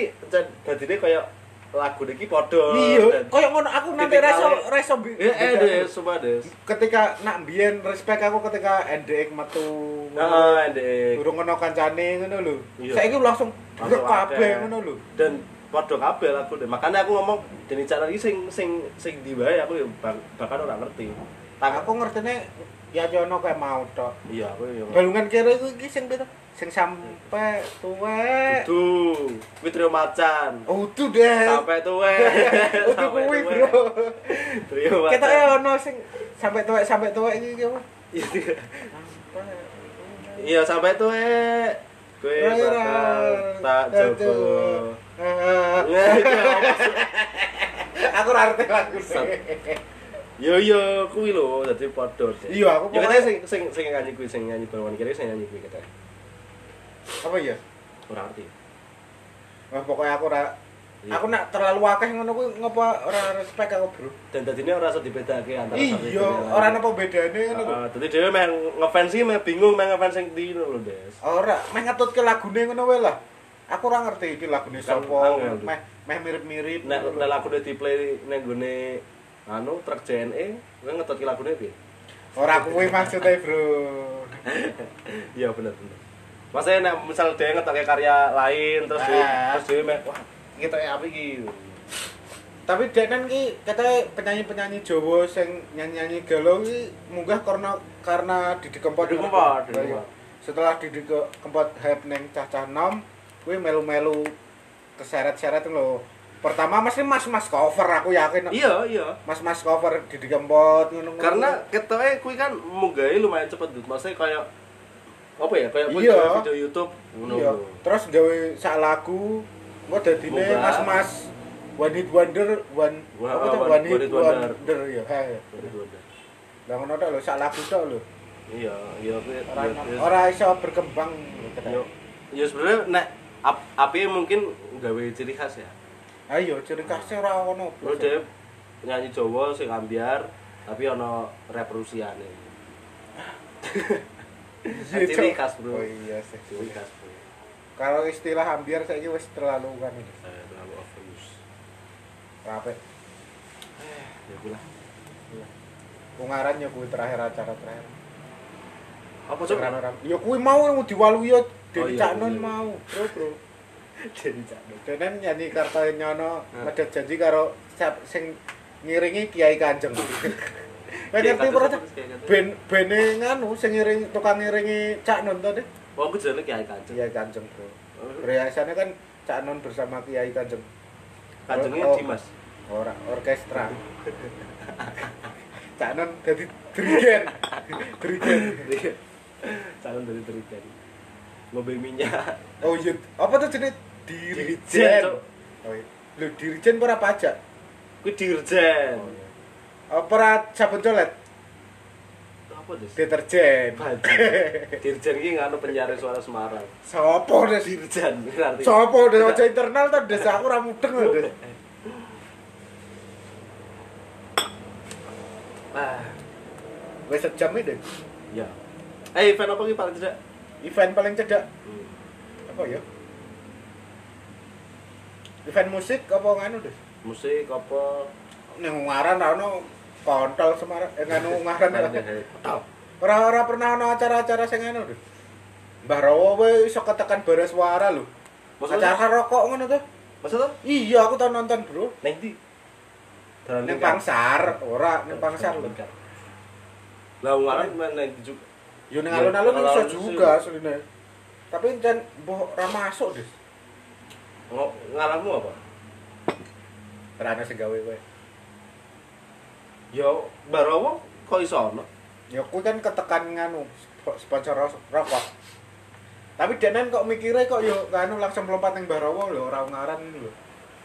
[SPEAKER 3] dadine kayak lagu niki padha.
[SPEAKER 2] iya Oh,
[SPEAKER 3] dan-
[SPEAKER 2] koyo ngono aku nanti reso
[SPEAKER 3] Tipikalnya-
[SPEAKER 2] reso bi-
[SPEAKER 3] Eh, eh,
[SPEAKER 2] beda.
[SPEAKER 3] deh, sumpah deh.
[SPEAKER 2] ketika nak biyen respect aku ketika NDX metu ngono.
[SPEAKER 3] Nah, deh.
[SPEAKER 2] durung ono kancane ngono lho
[SPEAKER 3] Ah, Iya.
[SPEAKER 2] saiki langsung
[SPEAKER 3] Langsung
[SPEAKER 2] drek kabeh
[SPEAKER 3] akeh.
[SPEAKER 2] ngono lho
[SPEAKER 3] Dan padha kabeh lagu deh. Makanya aku ngomong Deni Caknan iki sing sing sing di wae aku ya bak- bahkan ora ngerti. Tak
[SPEAKER 2] aku ngertine ya jono kayak mau tok
[SPEAKER 3] iya aku ya.
[SPEAKER 2] balungan kere iku iki sing pira sing sampe tuwek
[SPEAKER 3] Dudu, kuwi trio macan.
[SPEAKER 2] Oh, tuh deh.
[SPEAKER 3] sampai tuwe
[SPEAKER 2] Udah
[SPEAKER 3] Sampai
[SPEAKER 2] kuwi,
[SPEAKER 3] tuwe.
[SPEAKER 2] Bro.
[SPEAKER 3] Trio macan.
[SPEAKER 2] kita ya ono sing sampai tua sampai tua ini apa
[SPEAKER 3] iya sampai tuwe kue bakal tak jogo Nah, iya, apa sih?
[SPEAKER 2] aku ora ngerti lagu
[SPEAKER 3] Sam. yo yo kuwi lho dadi padha
[SPEAKER 2] Iya, aku
[SPEAKER 3] yo
[SPEAKER 2] pokoknya-
[SPEAKER 3] katanya sing sing sing nyanyi kuwi sing nyanyi Balwan kiri sing nyanyi kuwi katanya
[SPEAKER 2] apa ya
[SPEAKER 3] ora ngerti
[SPEAKER 2] Wah, pokoknya aku ora
[SPEAKER 3] Iya.
[SPEAKER 2] aku nak terlalu akeh ngono kuwi ngopo ora respect aku bro
[SPEAKER 3] dan dadine ora iso dibedakake antara satu
[SPEAKER 2] iya
[SPEAKER 3] dengan
[SPEAKER 2] ora
[SPEAKER 3] lain.
[SPEAKER 2] napa bedane ngono lho.
[SPEAKER 3] Heeh, dadi dhewe main ngefans sih main bingung main ngefans sing ndi lho Des
[SPEAKER 2] ora meh ngetutke lagune ngono wae lah aku ora ngerti iki lagune sapa
[SPEAKER 3] Kan angel, Bro.
[SPEAKER 2] meh meh mirip-mirip
[SPEAKER 3] nek
[SPEAKER 2] ngono lho.
[SPEAKER 3] nek lagune diplay ning gone anu ah, truk E. JNE kowe ngetutki lagune piye
[SPEAKER 2] ora kuwi maksudnya bro
[SPEAKER 3] Iya benar benar. Maksudnya nek misal dia ngetokke karya lain terus dia,
[SPEAKER 2] Ah.
[SPEAKER 3] terus dia mek wah kita apa iki.
[SPEAKER 2] tapi Denan ki katanya penyanyi-penyanyi Jawa sing nyanyi-nyanyi galau ki munggah karena karena Didi Kempot.
[SPEAKER 3] Didi Kempot, Didi
[SPEAKER 2] Iya.
[SPEAKER 3] Kempot.
[SPEAKER 2] Setelah Didi Ke- Kempot hype ning cacah 6, kuwi melu-melu keseret-seret lho. Pertama mesti mas-mas cover aku yakin.
[SPEAKER 3] Iya iya.
[SPEAKER 2] Mas-mas cover Didi Kempot ngono.
[SPEAKER 3] Karena ketoke kuwi kan munggahe lumayan cepet Dut. Maksudnya kayak apa ya kayak
[SPEAKER 2] Iya.
[SPEAKER 3] video, video YouTube ngono.
[SPEAKER 2] iya. Terus gawe sak lagu engko dadine
[SPEAKER 3] Munggah.
[SPEAKER 2] mas-mas One Hit Wonder, one,
[SPEAKER 3] Wah,
[SPEAKER 2] apa tuh?
[SPEAKER 3] one-
[SPEAKER 2] one
[SPEAKER 3] one
[SPEAKER 2] hit
[SPEAKER 3] hit wonder.
[SPEAKER 2] wonder ya. Ha, ya. Lah ngono tok lho, sak lagu tok lho.
[SPEAKER 3] Iya iya kuwi.
[SPEAKER 2] ora
[SPEAKER 3] iya, iya.
[SPEAKER 2] ora iso berkembang
[SPEAKER 3] Iya. Ya sebenarnya nek ap, api mungkin gawe ciri khas ya.
[SPEAKER 2] ayo ciri khasnya ora ono
[SPEAKER 3] Terus dia nyanyi Jawa sing ambiar tapi ono rap Rusia nih.
[SPEAKER 2] Iya,
[SPEAKER 3] ciri
[SPEAKER 2] Cok.
[SPEAKER 3] khas, Bro.
[SPEAKER 2] oh iya sih
[SPEAKER 3] Ciri khas. Bro.
[SPEAKER 2] kalau istilah ambiar saiki wis terlalu kan ini
[SPEAKER 3] saya terlalu overuse
[SPEAKER 2] rapi
[SPEAKER 3] ya gula
[SPEAKER 2] Ungaran ya kuwi terakhir acara terakhir.
[SPEAKER 3] apa
[SPEAKER 2] Sing rame-rame. Ya kuwi mau yang diwaluya
[SPEAKER 3] Oh,
[SPEAKER 2] Dewi
[SPEAKER 3] iya,
[SPEAKER 2] Cak
[SPEAKER 3] iya,
[SPEAKER 2] Nun
[SPEAKER 3] iya.
[SPEAKER 2] mau, Bro, Bro.
[SPEAKER 3] jadi cak
[SPEAKER 2] Denen nyanyi Kartoyo Nyono medhot janji karo sa- sing ngiringi Kiai Kanjeng. Kowe
[SPEAKER 3] Kiai
[SPEAKER 2] ngerti
[SPEAKER 3] Kanjeng
[SPEAKER 2] ora? Cak?
[SPEAKER 3] sapa Mas Kiai Kanjeng?
[SPEAKER 2] Ben bene nganu sing ngiring tukang ngiringi Cak Non to deh.
[SPEAKER 3] Wah, aku jenenge Kiai Kanjeng.
[SPEAKER 2] Kiai Kanjeng, Bro. Riasannya kan Cak Non bersama Kiai Kanjeng.
[SPEAKER 3] Kanjengnya
[SPEAKER 2] Oh,
[SPEAKER 3] Dimas.
[SPEAKER 2] Ora orkestra. Cak Non dadi dirigen. Dirigen.
[SPEAKER 3] Calon dari Trigen. Ngombe minyak.
[SPEAKER 2] Oh iya, apa tuh jenis dirigen?
[SPEAKER 3] Dirijen, Cok.
[SPEAKER 2] Oh iya. Lho dirigen apa ora pajak? Oh,
[SPEAKER 3] Kuwi dirjen.
[SPEAKER 2] Apa ora sabun colet?
[SPEAKER 3] Apa Des?
[SPEAKER 2] Deterjen.
[SPEAKER 3] Baju. Dirjen iki nganu penyiar suara Semarang.
[SPEAKER 2] Sopo Des?
[SPEAKER 3] Dirjen berarti.
[SPEAKER 2] Sopo Des aja internal ta Des aku ora mudeng lho Des.
[SPEAKER 3] Nah,
[SPEAKER 2] Wis sejam iki Des.
[SPEAKER 3] ya. Eh, event apa iki paling tidak?
[SPEAKER 2] Event paling cedak apa ya? Event musik apa nganu Des?
[SPEAKER 3] Musik apa?
[SPEAKER 2] Ning ngaran ra ono kontol Semarang eh nganu ngaran ora.
[SPEAKER 3] Tau.
[SPEAKER 2] ora ora pernah ono acara-acara sing nganu Des. Mbah Rawo we iso ketekan baris suara lho.
[SPEAKER 3] Maksudnya?
[SPEAKER 2] Acara rokok ngono tuh.
[SPEAKER 3] Maksudnya?
[SPEAKER 2] Iya, aku tau nonton, Bro.
[SPEAKER 3] Neng di. Dalam
[SPEAKER 2] Ning Pangsar, ora ning Pangsar lho.
[SPEAKER 3] Lah ngaran mana di juga.
[SPEAKER 2] Yo ning
[SPEAKER 3] Ya,
[SPEAKER 2] alun-alun
[SPEAKER 3] alun-alun
[SPEAKER 2] iso
[SPEAKER 3] itu
[SPEAKER 2] juga asline. Tapi jan mbok ra masuk, Des.
[SPEAKER 3] Ngo- Ngaranmu apa?
[SPEAKER 2] Rana sing gawe kowe.
[SPEAKER 3] Yo, barowo kok iso ono?
[SPEAKER 2] Ya kowe kan ketekan nganu sp- sponsor ro- rokok. Tapi denen kok mikirnya kok yo nganu langsung melompat ning Barawa lho, ora ngaran lho.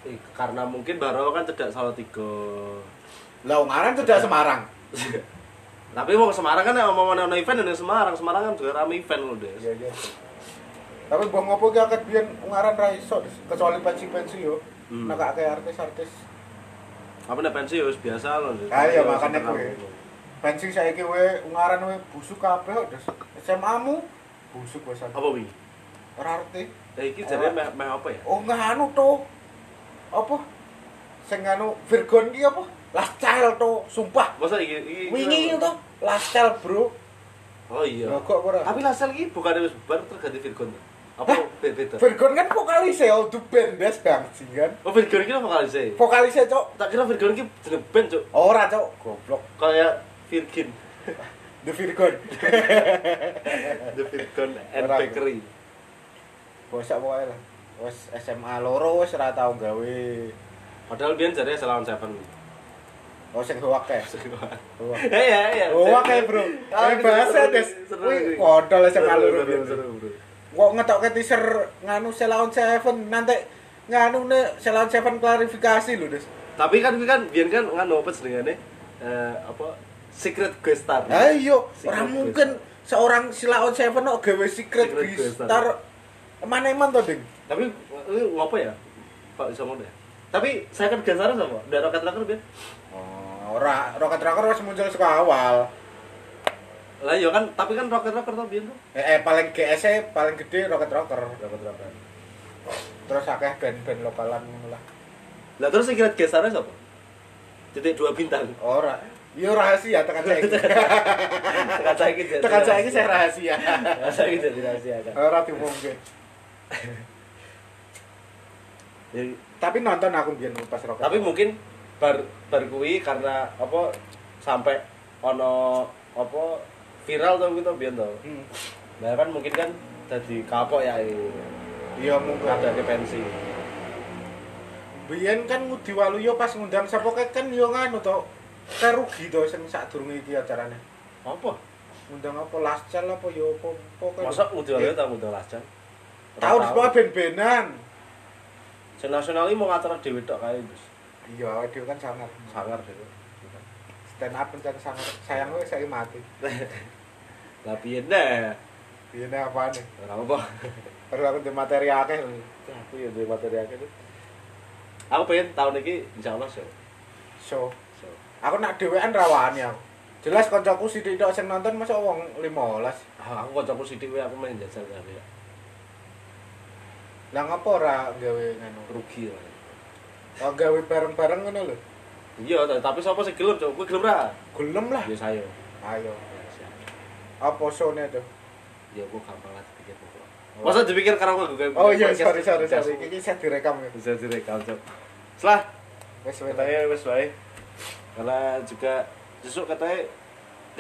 [SPEAKER 3] Eh, karena mungkin barowo kan cedak Salatiga.
[SPEAKER 2] Lah ngaran sudah Semarang.
[SPEAKER 3] Tapi wong Semarang kan yang mau ono event ning Semarang, Semarang kan juga rame event lho,
[SPEAKER 2] Iya,
[SPEAKER 3] Des.
[SPEAKER 2] iya. Tapi mbok ngopo ki akeh biyen ngaran ra iso, Des. kecuali pensi-pensi yo.
[SPEAKER 3] Hmm.
[SPEAKER 2] Nakake artis-artis.
[SPEAKER 3] Apa nek pensi yo wis biasa lho, Des.
[SPEAKER 2] Ah, iya,
[SPEAKER 3] Yo, gitu.
[SPEAKER 2] makanya
[SPEAKER 3] Semarang.
[SPEAKER 2] kuwi. Pensi saiki kowe ngaran kowe busuk kabeh, kok, Des. SMA-mu busuk wis.
[SPEAKER 3] Apa kuwi?
[SPEAKER 2] Ora arti.
[SPEAKER 3] Eh, iki jare meh meh apa ya?
[SPEAKER 2] Oh nganu to. Apa? Sing nganu Virgon ki apa? Last Child to, sumpah.
[SPEAKER 3] Masa iki iki iki-
[SPEAKER 2] Wingi ki to, Last Child, Bro.
[SPEAKER 3] Oh iya.
[SPEAKER 2] Lah kok ora?
[SPEAKER 3] Tapi Lasel iki bukan wis bubar terganti Virgon. ya? Apa
[SPEAKER 2] Hah?
[SPEAKER 3] be- beda?
[SPEAKER 2] Virgon kan vokalis e Old Band Des Bang Jingan.
[SPEAKER 3] Oh, Virgon iki apa kali sih?
[SPEAKER 2] Vokalis e Cok.
[SPEAKER 3] Tak kira Virgon iki jeneng band, Cuk.
[SPEAKER 2] Ora Cok, goblok.
[SPEAKER 3] Kayak Virgin.
[SPEAKER 2] The Virgon.
[SPEAKER 3] The Virgon and
[SPEAKER 2] Orang.
[SPEAKER 3] Bakery.
[SPEAKER 2] Bosak wae lah. Wes SMA loro wis ora tau gawe.
[SPEAKER 3] Padahal biyen jare Selawan Seven.
[SPEAKER 2] Oh sing hoak kae. Hoak.
[SPEAKER 3] Ya ya ya.
[SPEAKER 2] Hoak kae, Oh, Bro. Eh
[SPEAKER 3] Ah,
[SPEAKER 2] bahasa
[SPEAKER 3] seru,
[SPEAKER 2] Des.
[SPEAKER 3] seru,
[SPEAKER 2] Kuwi
[SPEAKER 3] seru.
[SPEAKER 2] kontol SMA
[SPEAKER 3] Seru,
[SPEAKER 2] loro
[SPEAKER 3] seru,
[SPEAKER 2] biyen.
[SPEAKER 3] seru, Bro.
[SPEAKER 2] kok ngetokke teaser nganu Selawan Seven nanti nganu nih Selawan Seven klarifikasi lho Des.
[SPEAKER 3] Tapi kan kuwi kan biyen kan ngono apa jenengane? Eh apa Secret Guest Star.
[SPEAKER 2] Ayo,
[SPEAKER 3] Secret
[SPEAKER 2] ora
[SPEAKER 3] Guest.
[SPEAKER 2] mungkin seorang Selawan Seven kok gawe secret
[SPEAKER 3] Secret
[SPEAKER 2] di
[SPEAKER 3] Guest.
[SPEAKER 2] star eman-eman to, Ding.
[SPEAKER 3] Tapi eh, ngopo ya? Pak iso ngono ya? Tapi saya kan Guest Star sama, ndak roket roket biyen.
[SPEAKER 2] Oh, ora Rocket Rocker wis muncul saka awal.
[SPEAKER 3] Lah iya kan, tapi kan roket roket to biyen tuh.
[SPEAKER 2] Eh, eh, paling GS -e paling gede Rocket Rocker.
[SPEAKER 3] Roket roket.
[SPEAKER 2] Terus akeh band-band lokalan ngono lah.
[SPEAKER 3] Lah terus Secret Guest Star sapa? Titik dua bintang.
[SPEAKER 2] Ora. Oh, Yo rahasia tekan saiki.
[SPEAKER 3] Tekan saiki jadi.
[SPEAKER 2] tekan saiki saya rahasia.
[SPEAKER 3] Tekan saiki jadi rahasia kan.
[SPEAKER 2] Ora diumumke.
[SPEAKER 3] Jadi,
[SPEAKER 2] Tapi nonton aku biyen pas Rocket.
[SPEAKER 3] tapi mungkin bar bar kuwi karena apa sampai ono apa viral tuh gitu biyen tuh.
[SPEAKER 2] Hmm.
[SPEAKER 3] Nah kan mungkin kan jadi kapok ya ini.
[SPEAKER 2] Iya mungkin.
[SPEAKER 3] Ada di pensi.
[SPEAKER 2] Biyen kan Ngudi Waluyo pas ngundang sapa kae kan yo nganu to. Kayak rugi to sing sadurunge iki acarane.
[SPEAKER 3] Apa?
[SPEAKER 2] Ngundang apa Lascal apa yo apa apa kae.
[SPEAKER 3] Masa udah lihat tahu udah lacan.
[SPEAKER 2] Tahu terus pokoke ben-benan.
[SPEAKER 3] Sen nasional ini mau ngacara dhewe tok kae Gus.
[SPEAKER 2] Iya, dia kan sangar.
[SPEAKER 3] Sangar dhewe.
[SPEAKER 2] Stand up kan sangar. Sayang gue saya mati.
[SPEAKER 3] Lah piye nah?
[SPEAKER 2] Biyen Iya, apa nih?
[SPEAKER 3] Ora apa.
[SPEAKER 2] Terus aku di materi akeh.
[SPEAKER 3] Aku ya duwe materi akeh. Gus. Aku pengen tahun ini insyaallah sih.
[SPEAKER 2] So, aku nak dhewean rawani aku. Jelas kancaku sithik tok sing nonton masa wong 15.
[SPEAKER 3] Ah, aku kocokku sithik wae aku main jajal kabeh. ya.
[SPEAKER 2] Lah ngapa ora gawe ngono?
[SPEAKER 3] Rugi lah.
[SPEAKER 2] Ora gawe bareng-bareng ngono lho.
[SPEAKER 3] Iya, ta- tapi sapa sing gelem, Cuk? Kuwi gelem ra?
[SPEAKER 2] Gelem lah.
[SPEAKER 3] Ya saya.
[SPEAKER 2] Ayo. Apa sone tuh?
[SPEAKER 3] Ya aku gampang lah pikir pokok. Masa dipikir karena aku gue
[SPEAKER 2] Oh iya, sorry sorry sorry. Ini saya direkam ya.
[SPEAKER 3] Bisa direkam, Cuk. Selah
[SPEAKER 2] Wes wes.
[SPEAKER 3] katanya wes wae karena juga justru katanya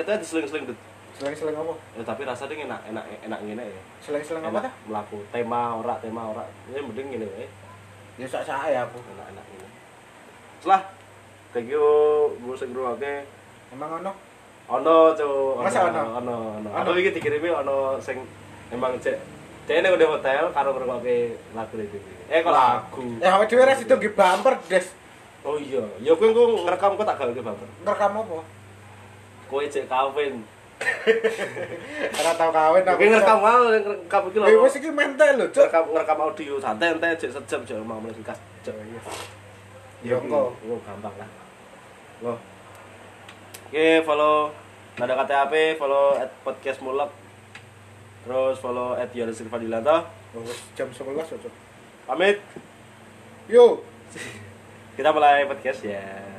[SPEAKER 3] katanya diseling-seling Dut.
[SPEAKER 2] Seleng-seleng apa?
[SPEAKER 3] ya, tapi rasanya enak enak enak gini ya
[SPEAKER 2] Seleng-seleng apa
[SPEAKER 3] enak
[SPEAKER 2] tah?
[SPEAKER 3] melaku tema ora tema ora ini mending gini wae
[SPEAKER 2] Ya sak-sak ya aku.
[SPEAKER 3] enak enak gini setelah kayak gitu gue sing ngrungokke
[SPEAKER 2] Emang ono?
[SPEAKER 3] ono tuh
[SPEAKER 2] Masa ono?
[SPEAKER 3] ono ono
[SPEAKER 2] Ono.
[SPEAKER 3] aku iki dikirimi ono sing emang cek dia ini udah hotel karo ngrungokke lagu itu eh kok lagu
[SPEAKER 2] Ya awake dhewe ra sido nggih bumper, Des.
[SPEAKER 3] oh iya ya gue gue ngerekam kok tak gawe ke baper
[SPEAKER 2] Ngerekam apa?
[SPEAKER 3] kowe cek kawin
[SPEAKER 2] Ora tau kawin
[SPEAKER 3] Tapi ngerekam wae ngerekam iki lho.
[SPEAKER 2] Ya wis iki mental lho, Cuk.
[SPEAKER 3] ngerekam ngerekam audio santai santai jek sejam jek mau mulai dikas jek.
[SPEAKER 2] Ya engko.
[SPEAKER 3] Yo Oh, gampang lah. Loh. Oke, follow Nada KTAP, follow at podcast Mulak. Terus follow at Yoris Silva Dilanto.
[SPEAKER 2] Oh, wis jam 11 lho, Cuk.
[SPEAKER 3] Pamit,
[SPEAKER 2] Yo.
[SPEAKER 3] kita mulai podcast ya.